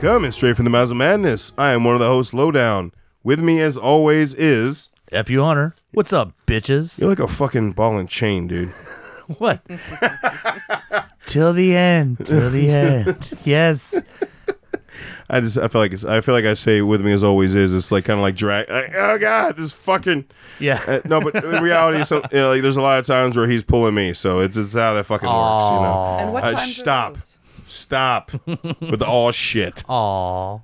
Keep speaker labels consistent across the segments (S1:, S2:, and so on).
S1: Coming straight from the Mouths of Madness, I am one of the hosts, Lowdown. With me, as always, is.
S2: F you honor. What's up, bitches?
S1: You're like a fucking ball and chain, dude.
S2: What? till the end. Till the end. Yes.
S1: I just, I feel like, it's, I feel like I say with me as always is. It's like kind of like drag. Like, oh god, this fucking.
S2: Yeah.
S1: Uh, no, but in reality, so you know, like, there's a lot of times where he's pulling me, so it's, it's how that fucking works, you know.
S3: And what
S1: Uh,
S3: times are
S1: stop.
S3: those?
S1: Stop with the all shit.
S2: Aw.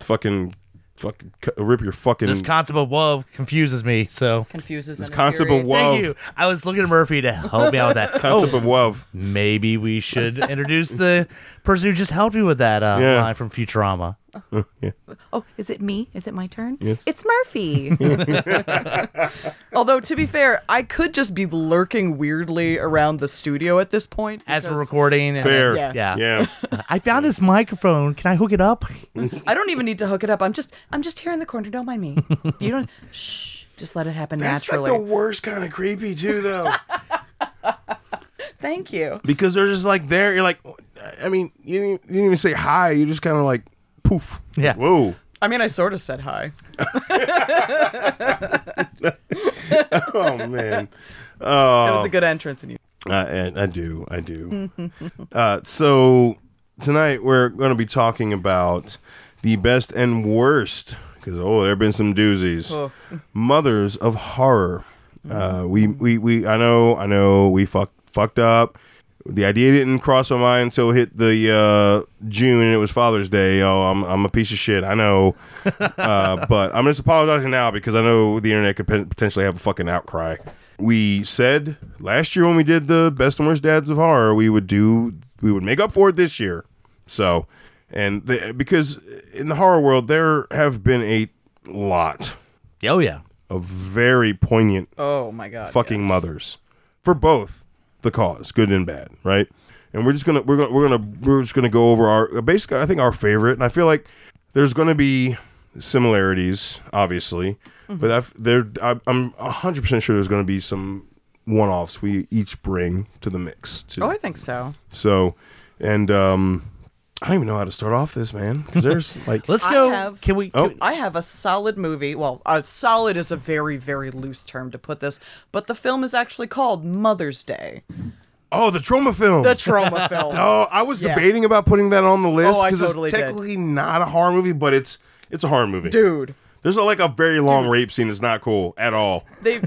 S1: Fucking, fucking, c- rip your fucking.
S2: This concept of love confuses me, so
S3: Confuses
S1: This
S3: and
S1: concept of
S3: infuriates.
S1: what- Love.
S2: thank you. I was looking at Murphy to help me out with that.
S1: concept
S2: oh,
S1: of love.
S2: maybe we should introduce the person who just helped me with that uh,
S1: Yeah.
S2: line from Futurama.
S4: Oh, is it me? Is it my turn?
S1: Yes.
S4: It's Murphy.
S3: Although to be fair, I could just be lurking weirdly around the studio at this point.
S2: As we're
S3: because
S2: recording, and-
S1: Fair.
S3: Yeah.
S2: yeah.
S1: Yeah.
S2: I found this microphone. Can I hook it up?
S3: I don't even need to hook it up. I'm just I'm just here in the corner. Don't mind me. You don't. Shh. Just let it happen naturally.
S1: worst kind of creepy too, though.
S3: Thank you.
S1: because they're just like there. You're like, I mean, you didn't, you didn't even say hi. You just kind of like poof.
S2: Yeah.
S1: Whoa.
S3: I mean, I sort of said hi.
S1: Oh man.
S3: That
S1: Oh.
S3: was a good entrance, and you.
S1: Uh, and I do, I do. uh, so tonight we're going to be talking about the best and worst, because oh, there have been some doozies.
S3: Oh.
S1: Mothers of horror. Uh, we, we, we. I know, I know. We fucked fucked up. The idea didn't cross my mind until it hit the uh, June, and it was Father's Day. Oh, I'm, I'm a piece of shit. I know, uh, but I'm just apologizing now because I know the internet could pot- potentially have a fucking outcry. We said last year when we did the best and worst dads of horror, we would do we would make up for it this year. So, and the, because in the horror world there have been a lot
S2: Oh yeah.
S1: of very poignant
S3: Oh my god.
S1: fucking mothers for both the cause, good and bad, right? And we're just gonna we're gonna we're gonna we're just gonna go over our basically I think our favorite, and I feel like there's gonna be similarities, obviously, but I've, there I, I'm hundred percent sure there's gonna be some one-offs we each bring to the mix too.
S3: Yeah. Oh, I think so.
S1: so, and um, I don't even know how to start off this man because there's like
S2: Let's
S3: I
S2: go.
S3: have-
S2: Can we?
S1: Oh.
S2: can we-
S3: I have a solid movie. Well, uh, solid is a very, very loose term to put this, but the film is actually called Mother's Day,
S1: oh the trauma film
S3: the trauma film.
S1: Oh, I was
S3: Yeah.
S1: debating about putting that on the list
S3: Oh, I
S1: because
S3: totally
S1: it's
S3: did.
S1: technically not a horror movie, but it's it's a horror movie.
S3: Dude,
S1: There's a, like a very long rape scene. It's not cool at all.
S3: they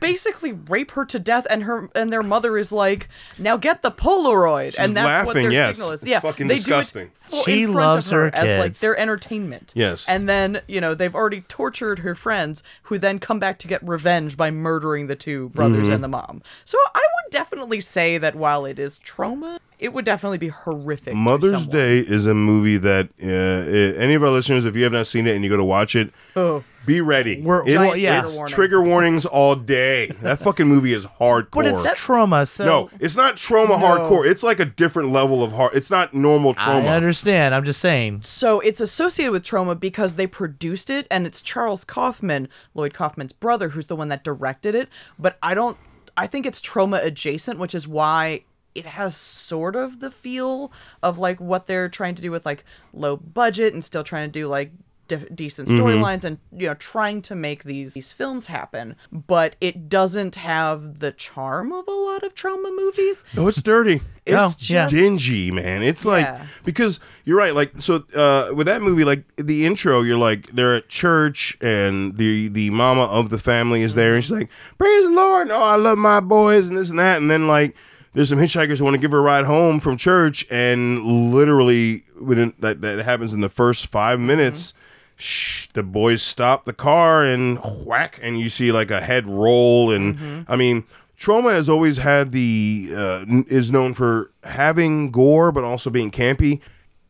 S3: basically rape her to death and her and their mother is like now get the polaroid and that's what
S1: laughing,
S3: their
S1: yes.
S3: signal is
S1: It's
S3: yeah
S1: fucking
S3: they
S1: disgusting.
S3: do it full
S2: She
S3: in front
S2: loves
S3: of her,
S2: her
S3: as like
S2: kids.
S3: their entertainment
S1: Yes.
S3: and then you know they've already tortured her friends who then come back to get revenge by murdering the two brothers
S1: Mm-hmm.
S3: and the mom so i would definitely say that while it is trauma it would definitely be horrific to
S1: Mother's
S3: someone.
S1: Day is a movie that uh, uh, any of our listeners, if you have not seen it and you go to watch it,
S3: oh
S1: be ready.
S3: We're-
S1: it's,
S2: well, yeah.
S1: it's
S3: Trigger warning.
S1: trigger warnings all day. That fucking movie is hardcore.
S2: But it's trauma, so
S1: no, it's not trauma hardcore. It's like a different level of hard. It's not normal trauma.
S2: I understand. I'm just saying.
S3: So it's associated with trauma because they produced it, and it's Charles Kaufman, Lloyd Kaufman's brother, who's the one that directed it. But I don't, I think it's trauma adjacent, which is why it has sort of the feel of like what they're trying to do with like low budget and still trying to do like de- decent
S1: Mm-hmm.
S3: storylines and you know trying to make these these films happen but it doesn't have the charm of a lot of trauma movies
S1: No, it's dirty.
S3: it's
S2: Oh,
S3: just
S2: yeah.
S1: dingy, man. It's like
S3: Yeah.
S1: because you're right. Like so uh, with that movie, like the intro, you're like they're at church and the the mama of the family is there, and she's like, "Praise the Lord! Oh, I love my boys and this and that." And then like there's some hitchhikers who want to give her a ride home from church, and literally within that that happens in the first five minutes.
S3: Mm-hmm.
S1: Shh, the boys stop the car and whack, and you see like a head roll, and I mean, Trauma has always had the uh, n- is known for having gore, but also being campy.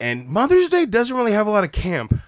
S1: And Mother's Day doesn't really have a lot of camp.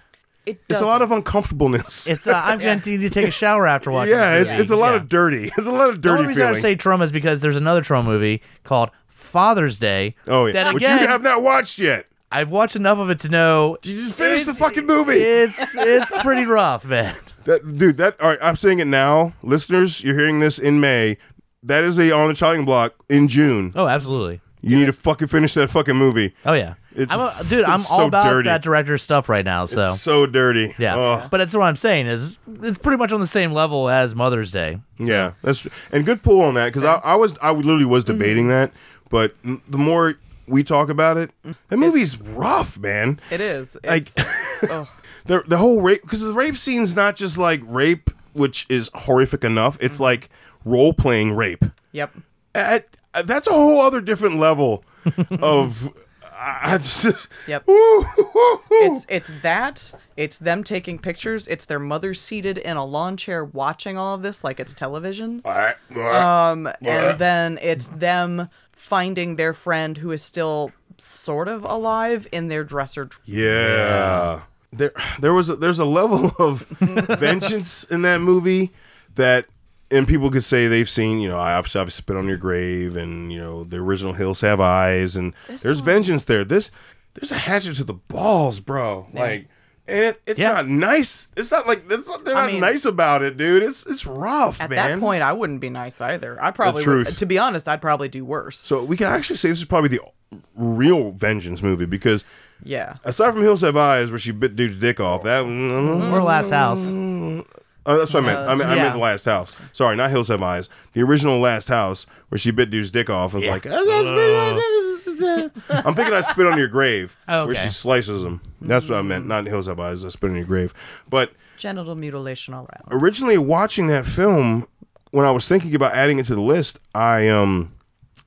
S3: It
S1: It's a lot of uncomfortableness.
S2: It's uh, I'm going to need to take a shower after watching.
S1: yeah,
S2: this
S1: it's,
S2: movie.
S1: it's a lot
S2: Yeah.
S1: of dirty. It's a lot of
S2: The only
S1: dirty
S2: reason I
S1: feeling.
S2: say trauma is because there's another trauma movie called Father's Day.
S1: oh yeah,
S2: that
S1: which
S2: again,
S1: you have not watched yet.
S2: I've watched enough of it to know
S1: You just finished the fucking movie.
S2: it's it's pretty rough, man.
S1: That dude, that all right, I'm saying it now. Listeners, you're hearing this in May. That is a on the chopping block in June.
S2: Oh, absolutely.
S1: You need to fucking finish that fucking movie.
S2: Oh yeah,
S1: It's-
S2: I'm a, dude. I'm
S1: it's so
S2: all about
S1: dirty.
S2: that director's stuff right now. So
S1: It's so dirty.
S2: yeah,
S1: Oh,
S2: but that's what I'm saying is it's pretty much on the same level as Mother's Day.
S1: yeah. That's and good pull on that because I, I was I literally was
S3: Mm-hmm.
S1: debating that, but m- the more we talk about it,
S3: Mm-hmm.
S1: that movie's rough, man.
S3: It is.
S1: Like-
S3: It's, oh,
S1: The the whole rape because the rape scene's not just like rape, which is horrific enough.
S3: Mm-hmm.
S1: It's like role playing rape.
S3: yep.
S1: At, that's a whole other different level of. I, I just,
S3: Yep.
S1: Woo, woo, woo.
S3: It's it's that. It's them taking pictures. It's their mother seated in a lawn chair watching all of this like it's television.
S1: Alright.
S3: Um, and then it's them finding their friend who is still sort of alive in their dresser.
S1: yeah. There, there was a, there's a level of vengeance in that movie that, and people could say they've seen, you know, I obviously I've spit on your grave, and you know, the original Hills Have Eyes, and there's vengeance there. This, there's a hatchet to the balls, bro. Like, and it, it's
S2: Yeah.
S1: not nice. It's not like it's not, they're
S3: I
S1: not
S3: mean-
S1: nice about it, dude. It's it's rough,
S3: At
S1: man.
S3: that point, I wouldn't be nice either. I probably
S1: truth.
S3: would, to be honest, I'd probably do worse.
S1: So we can actually say this is probably the real vengeance movie because
S3: yeah.
S1: aside from Hills Have Eyes, where she bit dude's dick off, that oh,
S3: Mm-hmm.
S2: Or Last House.
S1: that's what I meant. I meant, I
S2: yeah.
S1: meant the Last House. Sorry, not Hills Have Eyes. The original Last House where she bit dude's dick off. I was like, I'm thinking I spit on your grave,
S2: Oh,
S1: where
S2: okay.
S1: she slices him. That's what I meant. Not Hills Have Eyes. I spit on your grave, but
S3: Genital mutilation all around.
S1: originally watching that film, when I was thinking about adding it to the list, I um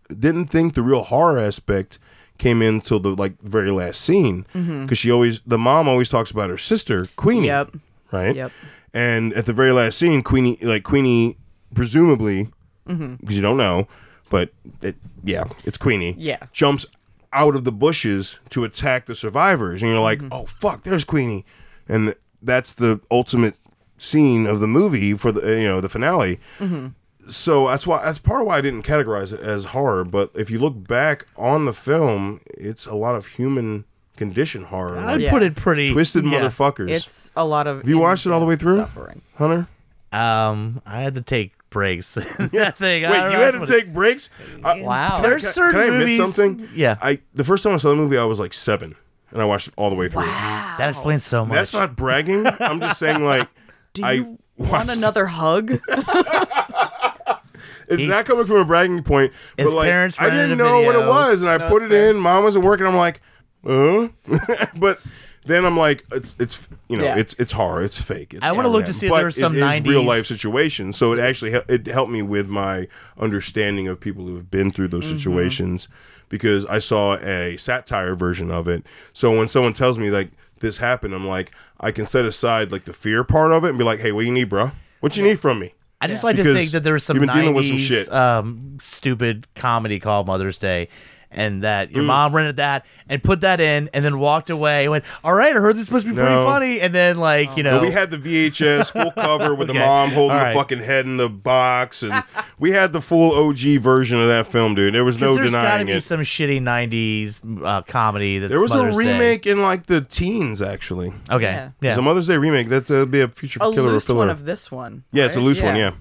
S1: didn't think the real horror aspect came in till the like very last scene because she always the mom always talks about her sister Queenie.
S3: Mm-hmm. Yep.
S1: Right.
S3: Yep.
S1: And at the very last scene, Queenie like Queenie presumably because you don't know, but it, yeah, it's Queenie.
S3: Yeah.
S1: Jumps out of the bushes to attack the survivors, and you're like,
S3: Mm-hmm.
S1: oh fuck, there's Queenie, and that's the ultimate scene of the movie for the you know the finale
S3: Mm-hmm.
S1: so that's why that's part of why I didn't categorize it as horror. But if you look back on the film, it's a lot of human condition horror,
S2: I'd
S1: like
S3: Oh, Yeah.
S2: put it pretty
S1: twisted
S2: yeah.
S1: motherfuckers.
S3: It's a lot of. Have
S1: you watched it all the way through?
S3: Suffering.
S1: Hunter,
S2: Um, I had to take breaks. that thing. I
S1: wait,
S2: don't
S1: you
S2: know,
S1: had
S2: that's
S1: to
S2: what-
S1: take breaks. Uh, I-
S3: Wow.
S2: There's
S1: can I-
S2: certain
S1: can I admit
S2: movies.
S1: something?
S2: Yeah,
S1: I the first time I saw the movie, I was like seven, and I watched it all the way through.
S2: that explains so much.
S1: That's not bragging. I'm just saying, like,
S3: Do
S1: I
S3: you
S1: watched-
S3: want another hug?
S1: It's not coming from a bragging point, but
S2: His
S1: like
S2: parents
S1: I
S2: rented
S1: didn't
S2: a
S1: know what it
S2: video.
S1: was, and I put it in. Mom wasn't working. I'm like, uh but then I'm like, it's it's you know,
S3: Yeah.
S1: it's it's horror, it's fake. It's
S2: I wanna
S1: all
S2: look
S1: that.
S2: to see if
S1: But
S2: there were some
S1: it is
S2: 90s
S1: real life situations. So it actually hel- it helped me with my understanding of people who have been through those situations because I saw a satire version of it. So when someone tells me like this happened, I'm like, I can set aside like the fear part of it and be like, hey, what you need, bro? What you need from me?
S2: I just like to
S1: Because
S2: think that there was some
S1: you've been
S2: 90s
S1: dealing with some shit.
S2: Um, stupid comedy called Mother's Day. And that
S1: Mm.
S2: your mom rented that and put that in and then walked away and went, All right, I heard this must be pretty
S1: No.
S2: funny. And then, like, you know,
S1: Well, we had the VHS full cover with the
S2: Okay.
S1: mom holding
S2: All
S1: the
S2: right.
S1: fucking head in the box, and we had the full OG version of that film, dude. There was
S2: 'cause
S1: no
S2: there's gotta
S1: denying
S2: be
S1: it.
S2: some shitty 90s uh, comedy that's
S1: There was
S2: Mother's
S1: a
S2: Day.
S1: remake in like the teens, actually.
S2: Okay.
S3: Yeah.
S2: Yeah.
S1: It's a Mother's Day remake. That'd uh, be a future
S3: a
S1: killer or
S3: loose
S1: filler.
S3: one of this one.
S1: yeah, it's a
S3: right?
S1: loose one. Yeah,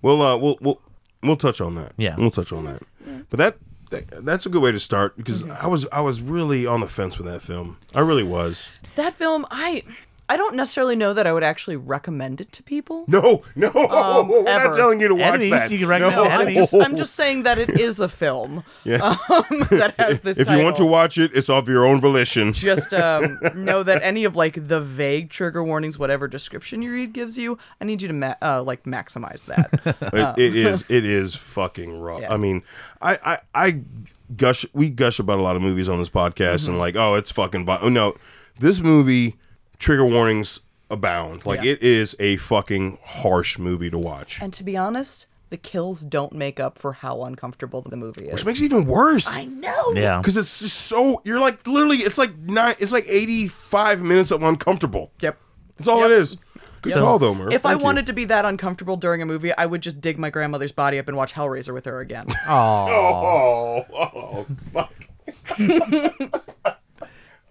S1: we'll uh, we'll we'll we'll touch on that.
S2: Yeah.
S1: we'll touch on that.
S3: Mm.
S1: But that. that- That's a good way to start because
S3: Mm-hmm.
S1: I was I was really on the fence with that film. I really was.
S3: That film, I, I don't necessarily know that I would actually recommend it to people.
S1: No, no, we're
S3: Um, ever.
S1: not telling you to watch
S2: Enemies,
S1: that.
S2: you can recommend
S1: no,
S3: No, I'm
S2: Enemies.
S3: just, I'm just saying that it is a film
S1: Yeah.
S3: um, that has this.
S1: if you want to
S3: title.
S1: watch it, it's of your own volition.
S3: just um, know that any of like the vague trigger warnings, whatever description you read gives you, I need you to ma- uh, like maximize that.
S1: It- it is it is fucking rough.
S3: Yeah.
S1: I mean, I, I I gush we gush about a lot of movies on this podcast
S3: Mm-hmm.
S1: and like, oh, it's fucking vi- oh, no. This movie trigger warnings abound. Like
S3: Yeah.
S1: it is a fucking harsh movie to watch.
S3: and to be honest, the kills don't make up for how uncomfortable the movie is.
S1: which makes it even worse.
S3: I know.
S2: Yeah.
S1: Because it's just so you're like literally it's like nine it's like eighty five minutes of uncomfortable.
S3: Yep.
S1: That's all
S3: Yep.
S1: it is. Good
S2: So-
S1: call though, Murph.
S3: If I
S1: Thank you.
S3: wanted to be that uncomfortable during a movie, I would just dig my grandmother's body up and watch Hellraiser with her again.
S1: Mm. Oh, oh, fuck.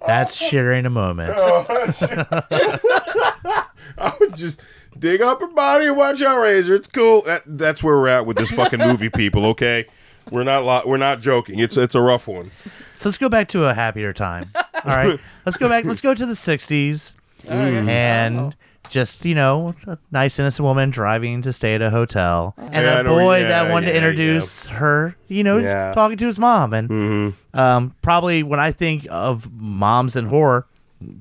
S2: That's sharing a moment.
S1: I would just dig up her body and watch Hellraiser. It's cool. That, that's where we're at with this fucking movie, people. Okay, we're not li- we're not joking. It's it's a rough one.
S2: So let's go back to a happier time. All right. let's go back. Let's go to the 60s
S3: Oh,
S1: Mm-hmm.
S2: and just, you know, a nice innocent woman driving to stay at a hotel. And
S1: Yeah, I
S2: a
S1: know-
S2: boy
S1: yeah,
S2: that wanted
S1: yeah,
S2: to introduce her, you know, he's
S1: Yeah. Mm-hmm.
S2: talking to his mom. And um, probably when I think of moms and horror,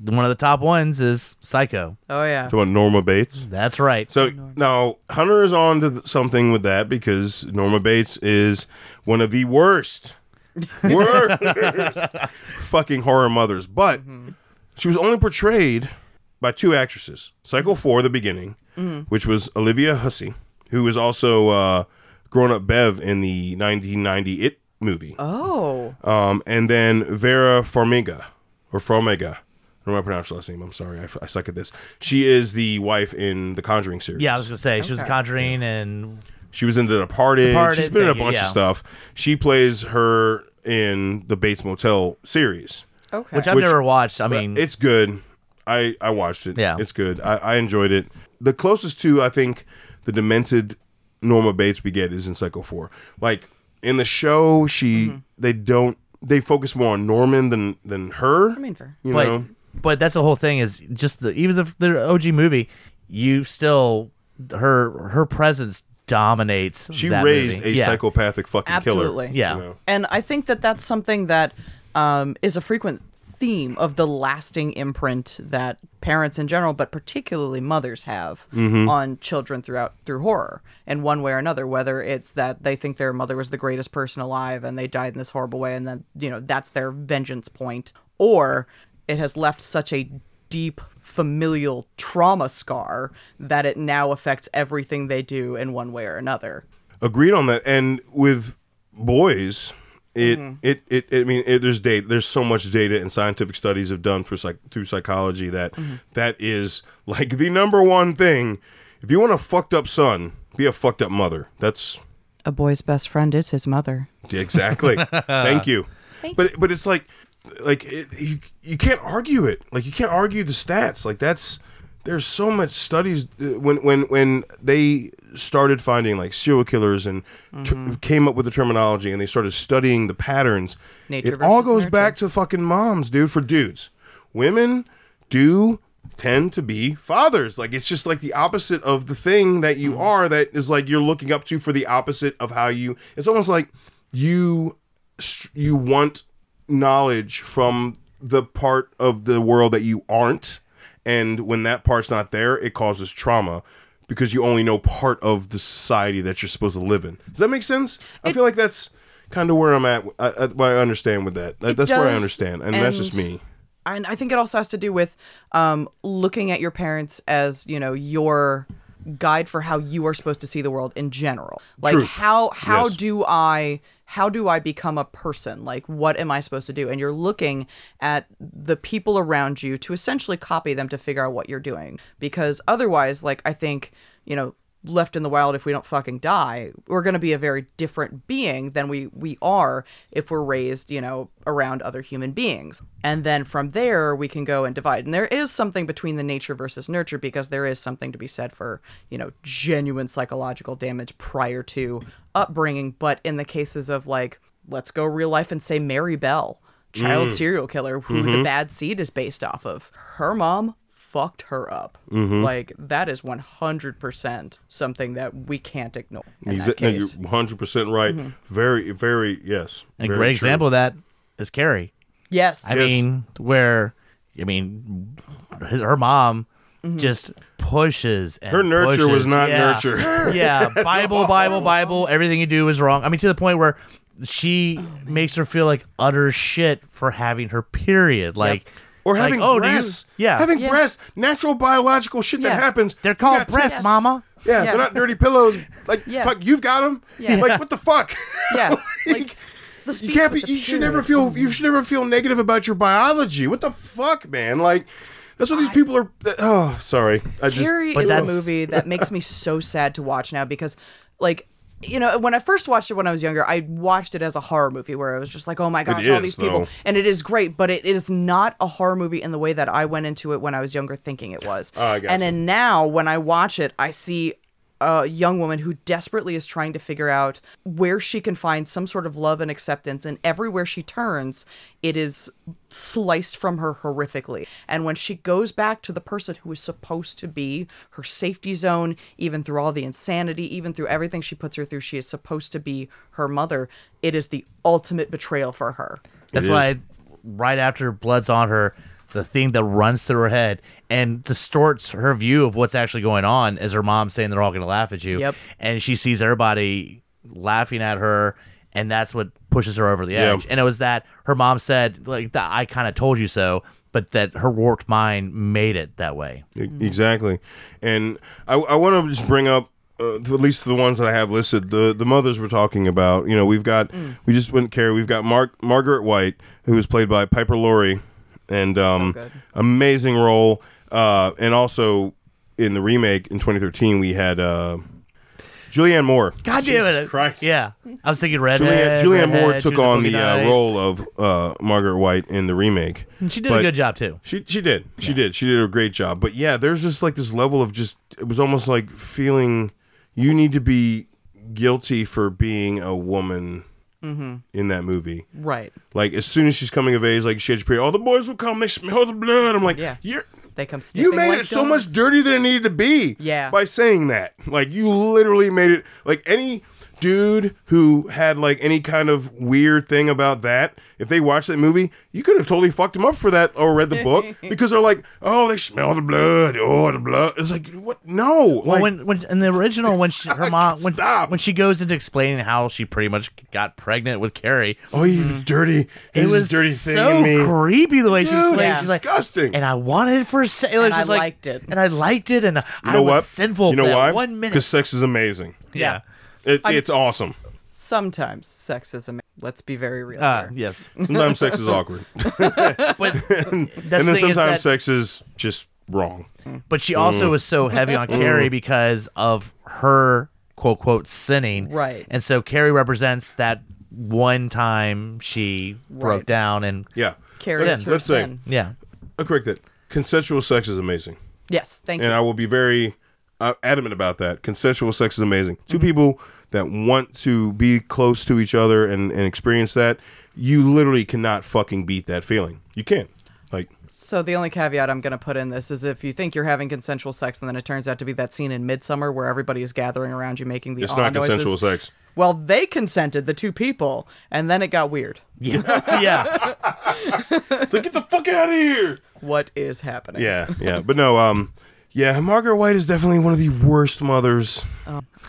S2: one of the top ones is Psycho.
S3: oh yeah.
S1: Talking about Norma Bates.
S2: That's right.
S1: So now Hunter is on to th- something with that because Norma Bates is one of the worst, worst fucking horror mothers. But she was only portrayed by two actresses: Psycho Four, the beginning, which was Olivia Hussey, who was also uh, grown up Bev in the 1990 It movie,
S3: Oh.
S1: um, and then Vera Farmiga or Fromega. I don't know how to pronounce her last name. I'm sorry. I, f- I suck at this. She is the wife in the Conjuring series.
S2: yeah, I was going to say, she was Conjuring and
S1: She was in The Departed.
S2: Departed,
S1: She's been in a
S2: thank you,
S1: bunch
S2: yeah.
S1: of stuff. She plays her in the Bates Motel series.
S3: Okay.
S2: which I've
S1: Which- eh,
S2: never watched. I mean,
S1: It's good. I I watched it.
S2: Yeah.
S1: it's good. I, I enjoyed it. The closest to I think the demented Norma Bates we get is in Psycho Four. Like in the show, she
S2: Mm-hmm.
S1: they don't they focus more on Norman than than her.
S3: I mean, fair.
S1: you
S2: but
S1: know.
S2: but that's the whole thing is just the even the, the OG movie. You still her her presence dominates.
S1: She
S2: that
S1: raised
S2: movie.
S1: a
S2: yeah.
S1: psychopathic fucking
S3: Absolutely.
S1: killer.
S2: Yeah.
S1: you know.
S3: And I think that that's something that um, is a frequent theme of the lasting imprint that parents in general, but particularly mothers, have on children throughout through horror in one way or another. Whether it's that they think their mother was the greatest person alive and they died in this horrible way, and then you know that's their vengeance point, or it has left such a deep familial trauma scar that it now affects everything they do in one way or another.
S1: agreed on that and with boys it, it it i mean it, there's data there's so much data and scientific studies have done for psych through psychology that that is like the number one thing if you want a fucked up son be a fucked up mother that's
S3: A boy's best friend is his mother.
S1: exactly thank you but but it's like like it, you, you can't argue it like you can't argue the stats like that's there's so much studies uh, when when when they started finding like serial killers and t-
S3: Mm-hmm.
S1: came up with the terminology and they started studying the patterns
S3: Nature
S1: it all
S3: versus
S1: goes
S3: nurture.
S1: back to fucking moms dude for dudes women do tend to be fathers like it's just like the opposite of the thing that you are that is like you're looking up to for the opposite of how you it's almost like you s- you want knowledge from the part of the world that you aren't and when that part's not there it causes trauma because you only know part of the society that you're supposed to live in does that make sense i feel like that's kind of where i'm at I, I, what i understand with that That- that's where i
S3: does,
S1: understand and, that's just
S3: and-
S1: me
S3: and I think it also has to do with um, looking at your parents as you know your guide for how you are supposed to see the world in general. Like
S1: True.
S3: how how
S1: Yes.
S3: do I how do I become a person? Like what am I supposed to do? And you're looking at the people around you to essentially copy them to figure out what you're doing because otherwise, like I think you know left in the wild if we don't fucking die we're going to be a very different being than we we are if we're raised you know around other human beings and then from there we can go and divide and there is something between the nature versus nurture because there is something to be said for you know genuine psychological damage prior to upbringing but in the cases of like let's go real life and say mary bell child serial killer who the bad seed is based off of her mom fucked her up.
S1: Mm-hmm.
S3: Like that is 100% something that we can't ignore. In that
S1: Exactly.
S3: case. Mm-hmm.
S1: You're 100% right. Very, very, yes.
S2: a
S1: very
S2: great
S1: true.
S2: example of that is Carrie.
S3: Yes.
S2: I mean, where I mean, his, her mom just pushes. And
S1: Her nurture
S2: pushes.
S1: was not
S2: Yeah.
S1: nurture.
S2: yeah, Bible, Bible, Bible. Everything you do is wrong. I mean, to the point where she makes her feel like utter shit for having her period. Like,
S1: Or
S2: like,
S1: having
S2: oh, do you-
S1: breasts.
S2: yeah,
S1: Having breasts. Natural biological shit
S3: Yeah.
S1: that happens.
S2: They're
S1: You
S2: called
S1: got
S2: breasts,
S1: tits.
S2: mama.
S1: Yeah, they're not dirty pillows. Like
S3: Yeah.
S1: fuck, you've got them.
S3: Yeah.
S1: Like what the fuck?
S3: Yeah,
S1: Like,
S3: like
S1: you
S3: the speech
S1: can't be.
S3: with the
S1: You should
S3: period.
S1: never feel. You should never feel negative about your biology. What the fuck, man? Like that's what these people are. Oh, sorry. I just.
S3: Carrie
S2: But
S3: is a
S2: that's-
S3: movie that makes me so sad to watch now because, like, you know, when I first watched it when I was younger, I watched it as a horror movie where I was just like, oh my gosh, all
S1: is,
S3: these people.
S1: though.
S3: And it is great, but it is not a horror movie in the way that I went into it when I was younger thinking it was.
S1: Oh, I gotcha.
S3: And then now when I watch it, I see a young woman who desperately is trying to figure out where she can find some sort of love and acceptance and everywhere she turns it is sliced from her horrifically and when she goes back to the person who is supposed to be her safety zone even through all the insanity even through everything she puts her through she is supposed to be her mother it is the ultimate betrayal for her
S2: That's
S1: It
S2: why,
S1: is.
S2: right after blood's on her, the thing that runs through her head and distorts her view of what's actually going on is her mom saying they're all going to laugh at you.
S3: Yep.
S2: And she sees everybody laughing at her, and that's what pushes her over the
S1: Yeah.
S2: edge. And it was that her mom said, like, that I kind of told you so, but that her warped mind made it that way.
S1: E- Exactly, and I, I want to just bring up uh, at least the ones that I have listed. The the mothers we're talking about. You know, we've got we just went care. We've got Mark Margaret White, who was played by Piper Laurie, and um,
S3: good.
S1: amazing role. Uh, and also in the remake in 2013, we had uh, Julianne Moore.
S2: God damn it.
S1: Christ.
S2: Yeah. I was thinking red.
S1: Julianne, Julianne Moore took on the uh, role of uh, Margaret White in the remake.
S2: She did
S1: but-
S2: a good job, too.
S1: She she did. She did. She did a great job. But yeah, there's just like this level of just it was almost like feeling you need to be guilty for being a woman in that movie.
S3: right
S1: Like as soon as she's coming of age, like she had her period, all the boys will come, they smell the blood. I'm like,
S3: Yeah.
S1: you're
S3: they come
S1: you
S3: sniffing
S1: made
S3: like
S1: it so much
S3: dogs.
S1: dirtier than it needed to be.
S3: Yeah.
S1: By saying that. Like you literally made it like any dude who had like any kind of weird thing about that, if they watched that movie, you could have totally fucked them up for that or read the book because they're like, "Oh, they smell the blood. Oh, the blood." It's like, "What? No."
S2: Well,
S1: like
S2: when, when in the original, when she, her mom, when,
S1: Stop.
S2: when she goes into explaining how she pretty much got pregnant with Carrie,
S1: Oh, you
S3: Mm.
S1: dirty!
S2: it
S1: It
S2: was
S1: was dirty thing
S2: so
S1: in me.
S2: creepy the way she
S1: Dude,
S2: explained.
S1: it's
S2: it. She's like,
S1: disgusting.
S2: and I wanted it for a second. It was
S3: And I
S2: just like-
S3: liked it.
S2: and I liked it, and
S1: you
S2: I
S1: know
S2: was
S1: what?
S2: sinful.
S1: you know
S2: for that
S1: why?
S2: One minute.
S1: Because sex is amazing.
S2: yeah.
S1: It, it's awesome.
S3: sometimes sex is a let's be very real
S2: Uh,
S3: here.
S2: yes,
S1: Sometimes sex is awkward,
S2: but that's
S1: and
S2: the
S1: then
S2: thing is that-
S1: sometimes "Mm." sex is just wrong.
S2: but she also was so heavy on Carrie because of her quote quote sinning.
S3: Right.
S2: And so Carrie represents that one time she broke
S3: Right.
S2: down and
S1: Yeah.
S3: Carrie
S1: let's,
S3: is her
S1: let's
S3: sin.
S1: say,
S2: yeah.
S1: I'll correct that. Consensual sex is amazing.
S3: yes thank
S1: And
S3: you
S1: I will be very uh, adamant about that. Consensual sex is amazing. 2
S2: Mm-hmm.
S1: people that want to be close to each other and, and experience that, you literally cannot fucking beat that feeling. You can't. Like,
S3: So the only caveat I'm going to put in this is if you think you're having consensual sex and then it turns out to be that scene in Midsummer where everybody is gathering around you making the
S1: it's
S3: aw
S1: not
S3: noises.
S1: consensual sex.
S3: Well, they consented, the two people, and then it got weird.
S2: Yeah. yeah.
S1: It's like, get the fuck out of here.
S3: What is happening?
S1: Yeah, yeah. But no, um, yeah, Margaret White is definitely one of the worst mothers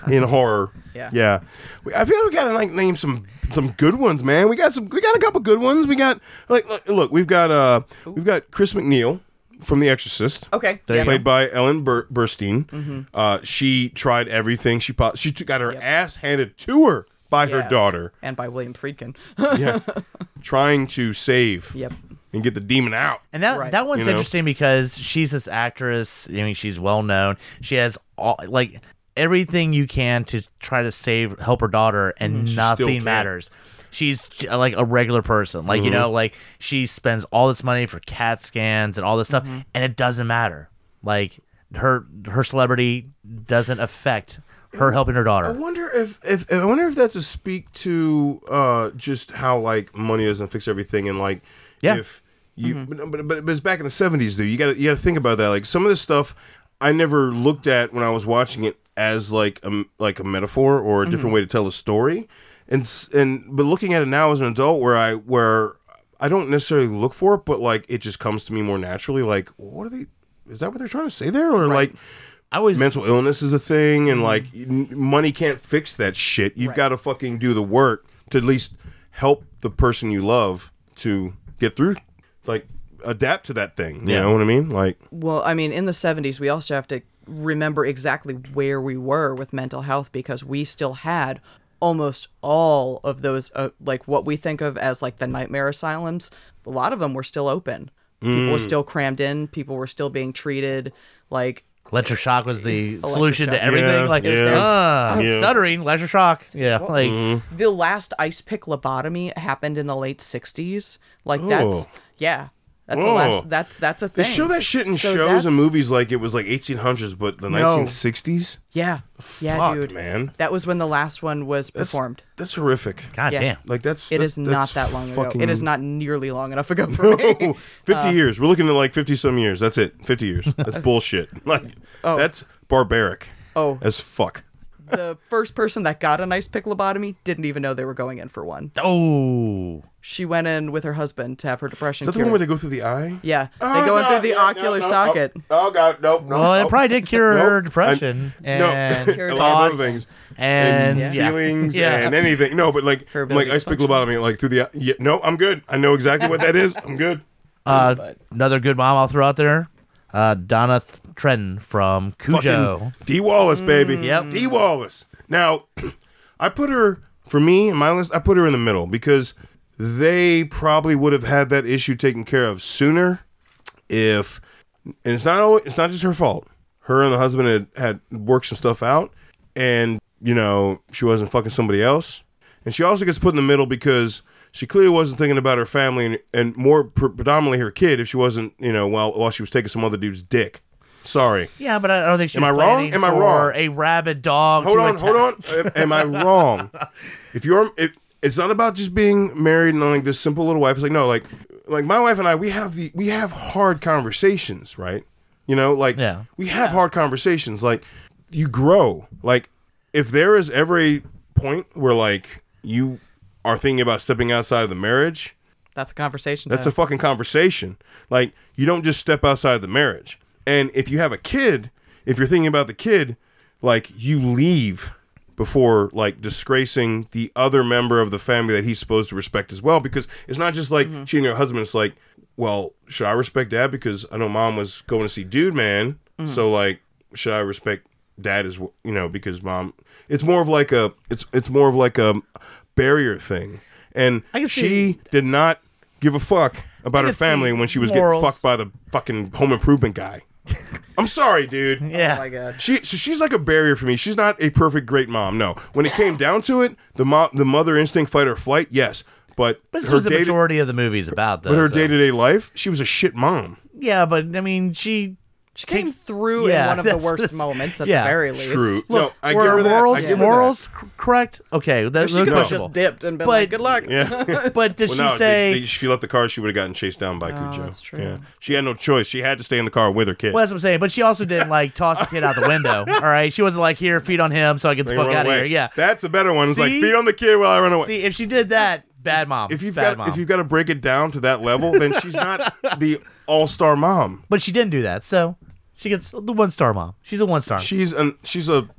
S1: in horror.
S3: Oh. Yeah.
S1: Yeah. We, I feel like we gotta like name some some good ones, man. We got some we got a couple good ones. We got like look, look we've got uh we've got Chris McNeil from The Exorcist.
S3: Okay.
S2: There you
S3: yeah. Mm-hmm.
S1: Played by Ellen Bur- Burstyn, uh, she tried everything. She po- she t- got her ass handed to her by her
S3: Yes.
S1: daughter,
S3: And by William Friedkin.
S1: yeah, trying to save
S3: Yep.
S1: and get the demon out.
S2: And that
S3: Right.
S2: that one's
S1: You know?
S2: interesting because she's this actress. I mean, she's well known. She has all like everything you can to try to save, help her daughter, and nothing
S1: can't.
S2: matters. She's j- like a regular person. Like you
S1: Mm-hmm.
S2: know, like she spends all this money for CAT scans and all this stuff, and it doesn't matter. Like her her celebrity doesn't affect her helping her
S1: I
S2: daughter.
S1: wonder if, if I wonder if that's to speak to uh, just how like money doesn't fix everything and like
S2: Yeah.
S1: if you but, but, but it's back in the seventies though you got to you got to think about that like some of this stuff I never looked at when I was watching it as like a m- like a metaphor or a different way to tell a story and s- and but looking at it now as an adult where I where I don't necessarily look for it but like it just comes to me more naturally like what are they is that what they're trying to say there or like
S2: I always
S1: mental illness is a thing
S3: Mm-hmm.
S1: and like n- money can't fix that shit you've got to fucking do the work to at least help the person you love to get through like adapt to that thing you
S2: Yeah.
S1: know what i mean like
S3: Well, I mean, in the 70s, we also have to remember exactly where we were with mental health because we still had almost all of those uh, like what we think of as like the nightmare asylums a lot of them were still open people
S1: Mm.
S3: were still crammed in people were still being treated like
S2: Lecture shock was the solution to everything.
S1: Yeah,
S2: like,
S1: yeah,
S2: ah,
S1: yeah. Mm-hmm.
S2: stuttering, lecture shock. Yeah, like
S3: the last ice pick lobotomy happened in the late 60s like that's
S1: Oh.
S3: yeah that's a
S1: Whoa.
S3: last that's that's a
S1: They
S3: thing
S1: show that shit in
S3: So
S1: shows and
S3: that's-
S1: movies like it was like 1800s, but the 1960s.
S3: yeah yeah
S1: Fuck,
S3: dude
S1: man.
S3: that was when the last one was performed
S1: That's horrific.
S2: God
S3: Yeah.
S2: damn.
S1: Like that's
S3: It
S1: that-
S3: is not
S1: that's
S3: that long
S1: fucking-
S3: ago. It is not Uh. nearly long enough ago for me.
S1: Oh, 50 years. We're looking at like 50 some years. That's it. 50 years. That's bullshit. Like that's barbaric.
S3: Oh.
S1: As fuck.
S3: the first person that got a nice pick lobotomy didn't even know they were going in for one.
S2: Oh,
S3: She went in with her husband to have her depression
S1: Is that the
S3: cured.
S1: one where they Ah, go through the eye?
S3: yeah, they go in through the ocular socket.
S1: Oh, god, nope. nope
S2: well, it
S1: nope.
S2: probably did cure
S1: Nope.
S2: her depression
S1: I- no.
S2: and
S1: Cured A lot
S2: thoughts
S1: of other things.
S2: and,
S1: and
S2: yeah.
S1: feelings
S2: Yeah.
S1: and anything. No, but like
S3: Her
S1: like
S3: ability
S1: I
S3: to
S1: speak
S3: function.
S1: lobotomy like through the eye. yeah, no, I'm good. I know exactly what that is. I'm good.
S2: Uh, another good mom I'll throw out there, uh, Donna Th- Trenton from Cujo. Mm.
S1: Fucking D Wallace, baby.
S2: yep.
S1: D Wallace. Now, I put her for me in my list. I put her in the middle because they probably would have had that issue taken care of sooner if, and it's not always, it's not just her fault. Her and the husband had had worked some stuff out, and you know she wasn't fucking somebody else. And she also gets put in the middle because she clearly wasn't thinking about her family and, and more pre- predominantly her kid if she wasn't, you know, while while she was taking some other dude's dick. Sorry.
S2: Yeah, but I don't think she
S1: Am
S2: was
S1: I wrong?
S2: planning
S1: Am I
S2: for
S1: wrong?
S2: A rabid dog.
S1: hold
S2: to
S1: on,
S2: attack-
S1: hold on. Am- Am I wrong? If you're, if, it's not about just being married and owning this simple little wife. It's like no, like, like my wife and I, we have the we have hard conversations, right? You know, like
S2: Yeah.
S1: we have hard conversations. Like you grow. Like if there is ever a point where like you are thinking about stepping outside of the marriage,
S3: That's a conversation.
S1: that's a fucking conversation. Like you don't just step outside the marriage. And if you have a kid, if you're thinking about the kid, like you leave before like disgracing the other member of the family that he's supposed to respect as well because it's not just like
S2: Mm-hmm.
S1: cheating on your husband it's like well should i respect dad because i know mom was going to see dude man
S2: Mm.
S1: so like should i respect dad as well you know because mom it's more of like a it's it's more of like a barrier thing and
S2: I can
S1: she
S2: see-
S1: did not give a fuck about her
S2: could see
S1: family when she was
S2: morals.
S1: getting fucked by the fucking home improvement guy. I'm sorry, dude.
S2: Yeah.
S3: Oh my god.
S1: She so she's like a barrier for me. She's not a perfect great mom. No. When it came down to it, the mom the mother instinct fight or flight, yes. But,
S2: But this
S1: her
S2: was the
S1: day to,
S2: majority of the movies about though.
S1: but her
S2: so-
S1: day to day life, she was a shit mom.
S2: Yeah, but I mean, she
S3: She came through
S2: yeah,
S3: in one of the
S2: that's-
S3: worst
S2: that's-
S3: moments at
S2: yeah.
S3: the very least.
S1: True.
S2: look.
S1: no, I give
S2: were
S1: her that. I
S2: morals
S1: give her that.
S2: morals c- correct? Okay, that, that's
S3: She could have
S2: questionable.
S3: just dipped and been
S2: But-
S3: like, "Good luck."
S1: Yeah.
S2: But did
S1: Well,
S2: she
S1: no,
S2: say?
S1: they- they- if she left the car, she would have gotten chased down by Cujo.
S3: that's true.
S1: Yeah. She had no choice. She had to stay in the car with her kid.
S2: well, that's what I'm saying. But she also didn't like toss the kid out the window. All right, she wasn't like, "Here, feed on him, so I get the
S1: They
S2: fuck
S1: run
S2: out of
S1: away.
S2: here." Yeah.
S1: That's a better one. It's like
S2: See?
S1: feed on the kid while I run away.
S2: See, if she did that, bad mom.
S1: if you've
S2: bad
S1: got
S2: mom.
S1: if you've got to break it down to that level, then she's not the all star mom.
S2: but she didn't do that, so she gets the one star mom. She's a one star.
S1: She's an she's a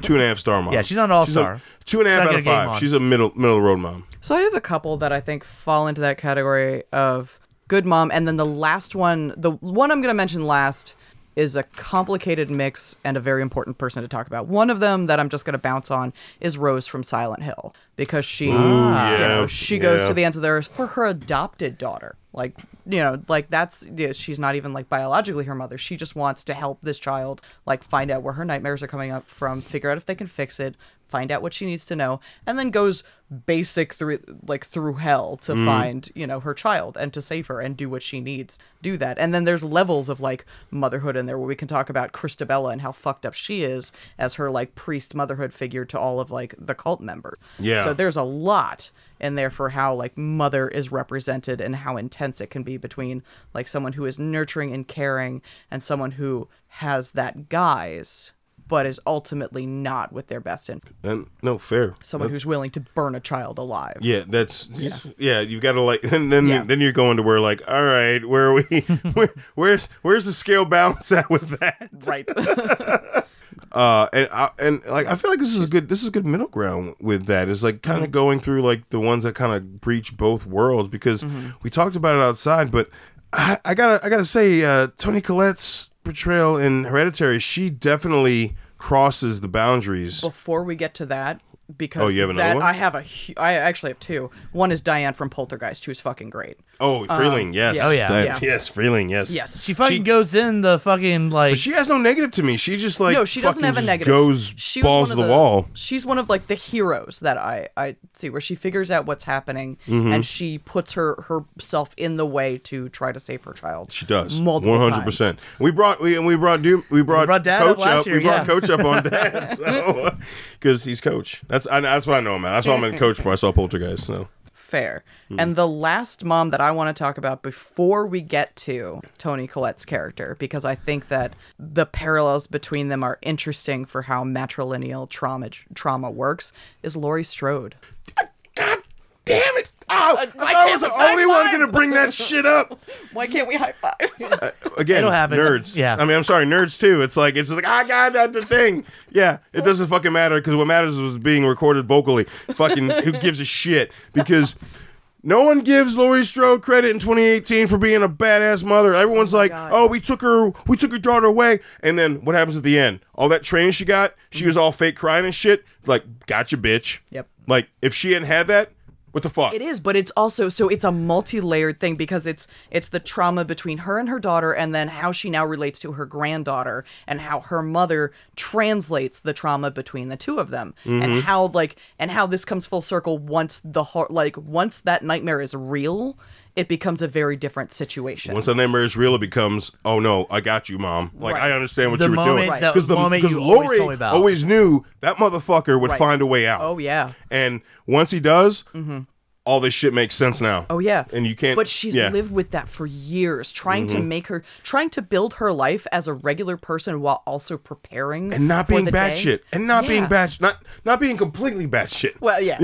S1: two and a half star mom.
S2: Yeah, she's not an all-star.
S1: She's a Two and a half
S2: not
S1: out of
S2: gonna get
S1: five.
S2: him on.
S1: She's a middle middle of the road mom.
S3: So I have a couple that I think fall into that category of good mom, and then the last one, the one I'm going to mention last, is a complicated mix and a very important person to talk about. One of them that I'm just going to bounce on is Rose from Silent Hill because she, you
S1: yeah,
S3: know, she goes
S1: yeah.
S3: to the ends of the earth for her adopted daughter, like. You know, like that's yeah, she's not even like biologically her mother. She just wants to help this child, like find out where her nightmares are coming up from, figure out if they can fix it, find out what she needs to know and then goes basic through like through hell to find you know her child and to save her and do what she needs do that and then there's levels of like motherhood in there where we can talk about christabella and how fucked up she is as her like priest motherhood figure to all of like the cult members
S1: Yeah.
S3: so there's a lot in there for how like mother is represented and how intense it can be between like someone who is nurturing and caring and someone who has that guise but is ultimately not with their best in
S1: And no fair.
S3: someone who's willing to burn a child alive.
S1: Yeah, that's yeah. you've got to like, and then
S3: Yeah.
S1: then you're going to where like, all right, where are we? where, where's where's the scale balance at with that?
S3: Right.
S1: Uh, and I, and like I feel like this is a good this is a good middle ground with that. It's like
S3: Mm-hmm.
S1: kind of going through like the ones that kind of breach both worlds
S3: Mm-hmm.
S1: because we talked about it outside, but I, I gotta I gotta say uh, Tony Collette's portrayal in Hereditary, she definitely crosses the boundaries.
S3: before we get to that because
S1: Oh, you have another
S3: that
S1: one?
S3: I have a hu- I actually have two. One is Diane from Poltergeist, who's fucking great.
S1: Oh, Freeling, yes.
S3: yeah. Oh,
S2: yeah.
S1: That-
S3: Yeah.
S1: Yes, Freeling, yes.
S3: Yes.
S2: She fucking goes in the fucking like.
S1: She has no negative to me. She just like
S3: no, she doesn't
S1: fucking
S3: have a
S1: just
S3: negative.
S1: Goes
S3: she was
S1: balls
S3: one
S1: to
S3: of
S1: the, wall.
S3: She's one of like the heroes that I I see where she figures out what's happening
S1: Mm-hmm.
S3: and she puts her herself in the way to try to save her child.
S1: She does.
S3: multiple
S1: One hundred percent. We brought we and we brought Doom, we brought,
S2: brought Dad up
S1: coach
S2: last year,
S1: we brought
S2: yeah.
S1: coach up on dad so because he's coach. That's I, that's what I know him at. That's what I'm in coach for. I saw Poltergeist. So
S3: Fair.
S1: Hmm.
S3: And the last mom that I want to talk about before we get to Tony Collette's character, because I think that the parallels between them are interesting for how matrilineal trauma trauma works, is Laurie Strode.
S1: God damn it!
S2: Uh,
S1: Oh, I,
S3: can't
S1: was the
S3: we high
S1: only one
S3: five?
S1: gonna bring that shit up.
S3: Why can't we high five?
S1: uh, Again,
S2: It'll happen.
S1: nerds.
S2: Yeah.
S1: I mean, I'm sorry, nerds too. It's like it's like I got that the thing. Yeah, it doesn't fucking matter because what matters is what's being recorded vocally. Fucking who gives a shit? Because no one gives Laurie Strode credit in 2018 for being a badass mother. Everyone's like,
S3: God.
S1: oh, we took her, we took her daughter away, and then what happens at the end? All that training she got, she was all fake crying and shit. Like, gotcha, bitch.
S3: Mm-hmm. Yep.
S1: Like, if she hadn't had that, what the fuck?
S3: It is, but it's also so it's a multi-layered thing because it's it's the trauma between her and her daughter and then how she now relates to her granddaughter and how her mother translates the trauma between the two of them
S1: Mm-hmm.
S3: and how like and how this comes full circle once the heart like once that nightmare is real, it becomes a very different situation.
S1: Once that nightmare is real, it becomes, oh no, I got you, mom. Like
S3: Right.
S1: I understand what
S2: The
S1: you were doing.
S2: moment- Right. the moment you always
S1: Lori
S2: told me about.
S1: always knew that motherfucker would
S3: Right.
S1: find a way out.
S3: oh yeah.
S1: And once he does, all this shit makes sense now.
S3: Oh yeah.
S1: And you can't.
S3: But she's
S1: yeah. Mm-hmm.
S3: lived with that for years, trying to make her trying to build her life as a regular person while also preparing
S1: and not
S3: for
S1: being
S3: the day.
S1: batshit, and not being
S3: Yeah.
S1: batch, not not being completely batshit.
S3: Well, yeah.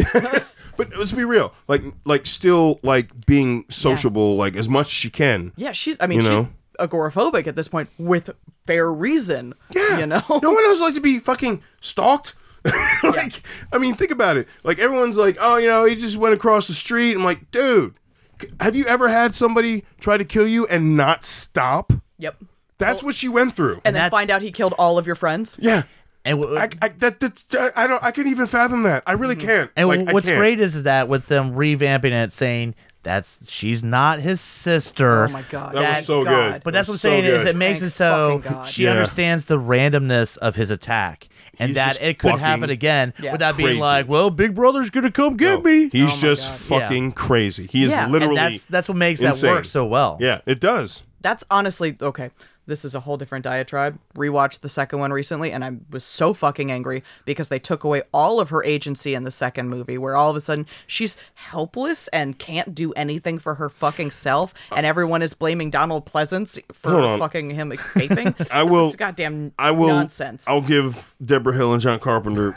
S1: But let's be real, like like still like being sociable, like as much as she can.
S3: Yeah, she's. I mean,
S1: You
S3: she's
S1: know?
S3: agoraphobic at this point with fair reason.
S1: Yeah.
S3: you know.
S1: No one else like to be fucking stalked. like, I mean, think about it. Like, everyone's like, oh, you know, he just went across the street. I'm like, dude, c- have you ever had somebody try to kill you and not stop?
S3: Yep.
S1: That's what she went through.
S3: And, then
S2: that's-
S3: find out he killed all of your friends.
S1: yeah.
S2: and w-
S1: I, I, that, that's I don't, I can't even fathom that. I really can't.
S2: Mm-hmm. And
S1: Like, I
S2: what's
S1: can't.
S2: great is, is that with them revamping it, saying that's she's not his sister.
S3: Oh my
S1: That
S3: god.
S1: was
S2: That-
S1: so
S3: God.
S1: good.
S2: But
S1: That
S2: that's what I'm
S1: was so
S2: saying is
S1: good.
S2: it makes
S3: Thank
S2: it so
S3: fucking God.
S2: she
S1: Yeah.
S2: understands the randomness of his attack and
S1: He's
S2: that
S1: just
S2: it could
S1: fucking
S2: happen again
S3: Yeah.
S2: without
S1: crazy.
S2: being like, well, Big Brother's gonna come get
S1: No,
S2: me.
S1: He's
S3: my
S1: just
S3: God.
S2: Oh Yeah.
S1: fucking crazy. He is
S3: Yeah. And
S1: literally.
S2: And that's that's what makes
S1: insane.
S2: that work so well.
S1: Yeah, it does.
S3: That's honestly okay. This is a whole different diatribe. Rewatched the second one recently, and I was so fucking angry because they took away all of her agency in the second movie, where all of a sudden she's helpless and can't do anything for her fucking self, and everyone is blaming Donald Pleasance
S1: Hold
S3: for
S1: on.
S3: fucking him escaping.
S1: I
S3: This
S1: will-
S3: is goddamn
S1: I will.
S3: nonsense.
S1: I'll give Deborah Hill and John Carpenter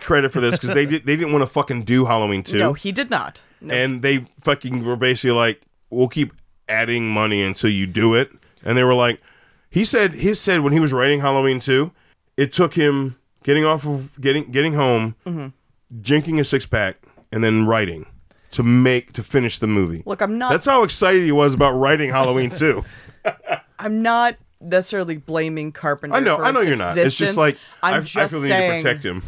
S1: credit for this because they did. They didn't want to fucking do Halloween two,
S3: no, he did not. No,
S1: and they fucking were basically like, "We'll keep adding money until you do it." And they were like, "He said. He said when he was writing Halloween two, it took him getting off of getting getting home,
S3: Mm-hmm.
S1: drinking a six pack, and then writing." To make to finish the movie.
S3: Look, I'm not-
S1: That's how excited he was about writing Halloween two.
S3: I'm not necessarily blaming Carpenter.
S1: I know,
S3: for
S1: I know
S3: its
S1: you're not. It's just
S3: existence.
S1: like
S3: I'm
S1: I,
S3: just
S1: I feel the need
S3: saying,
S1: to protect him.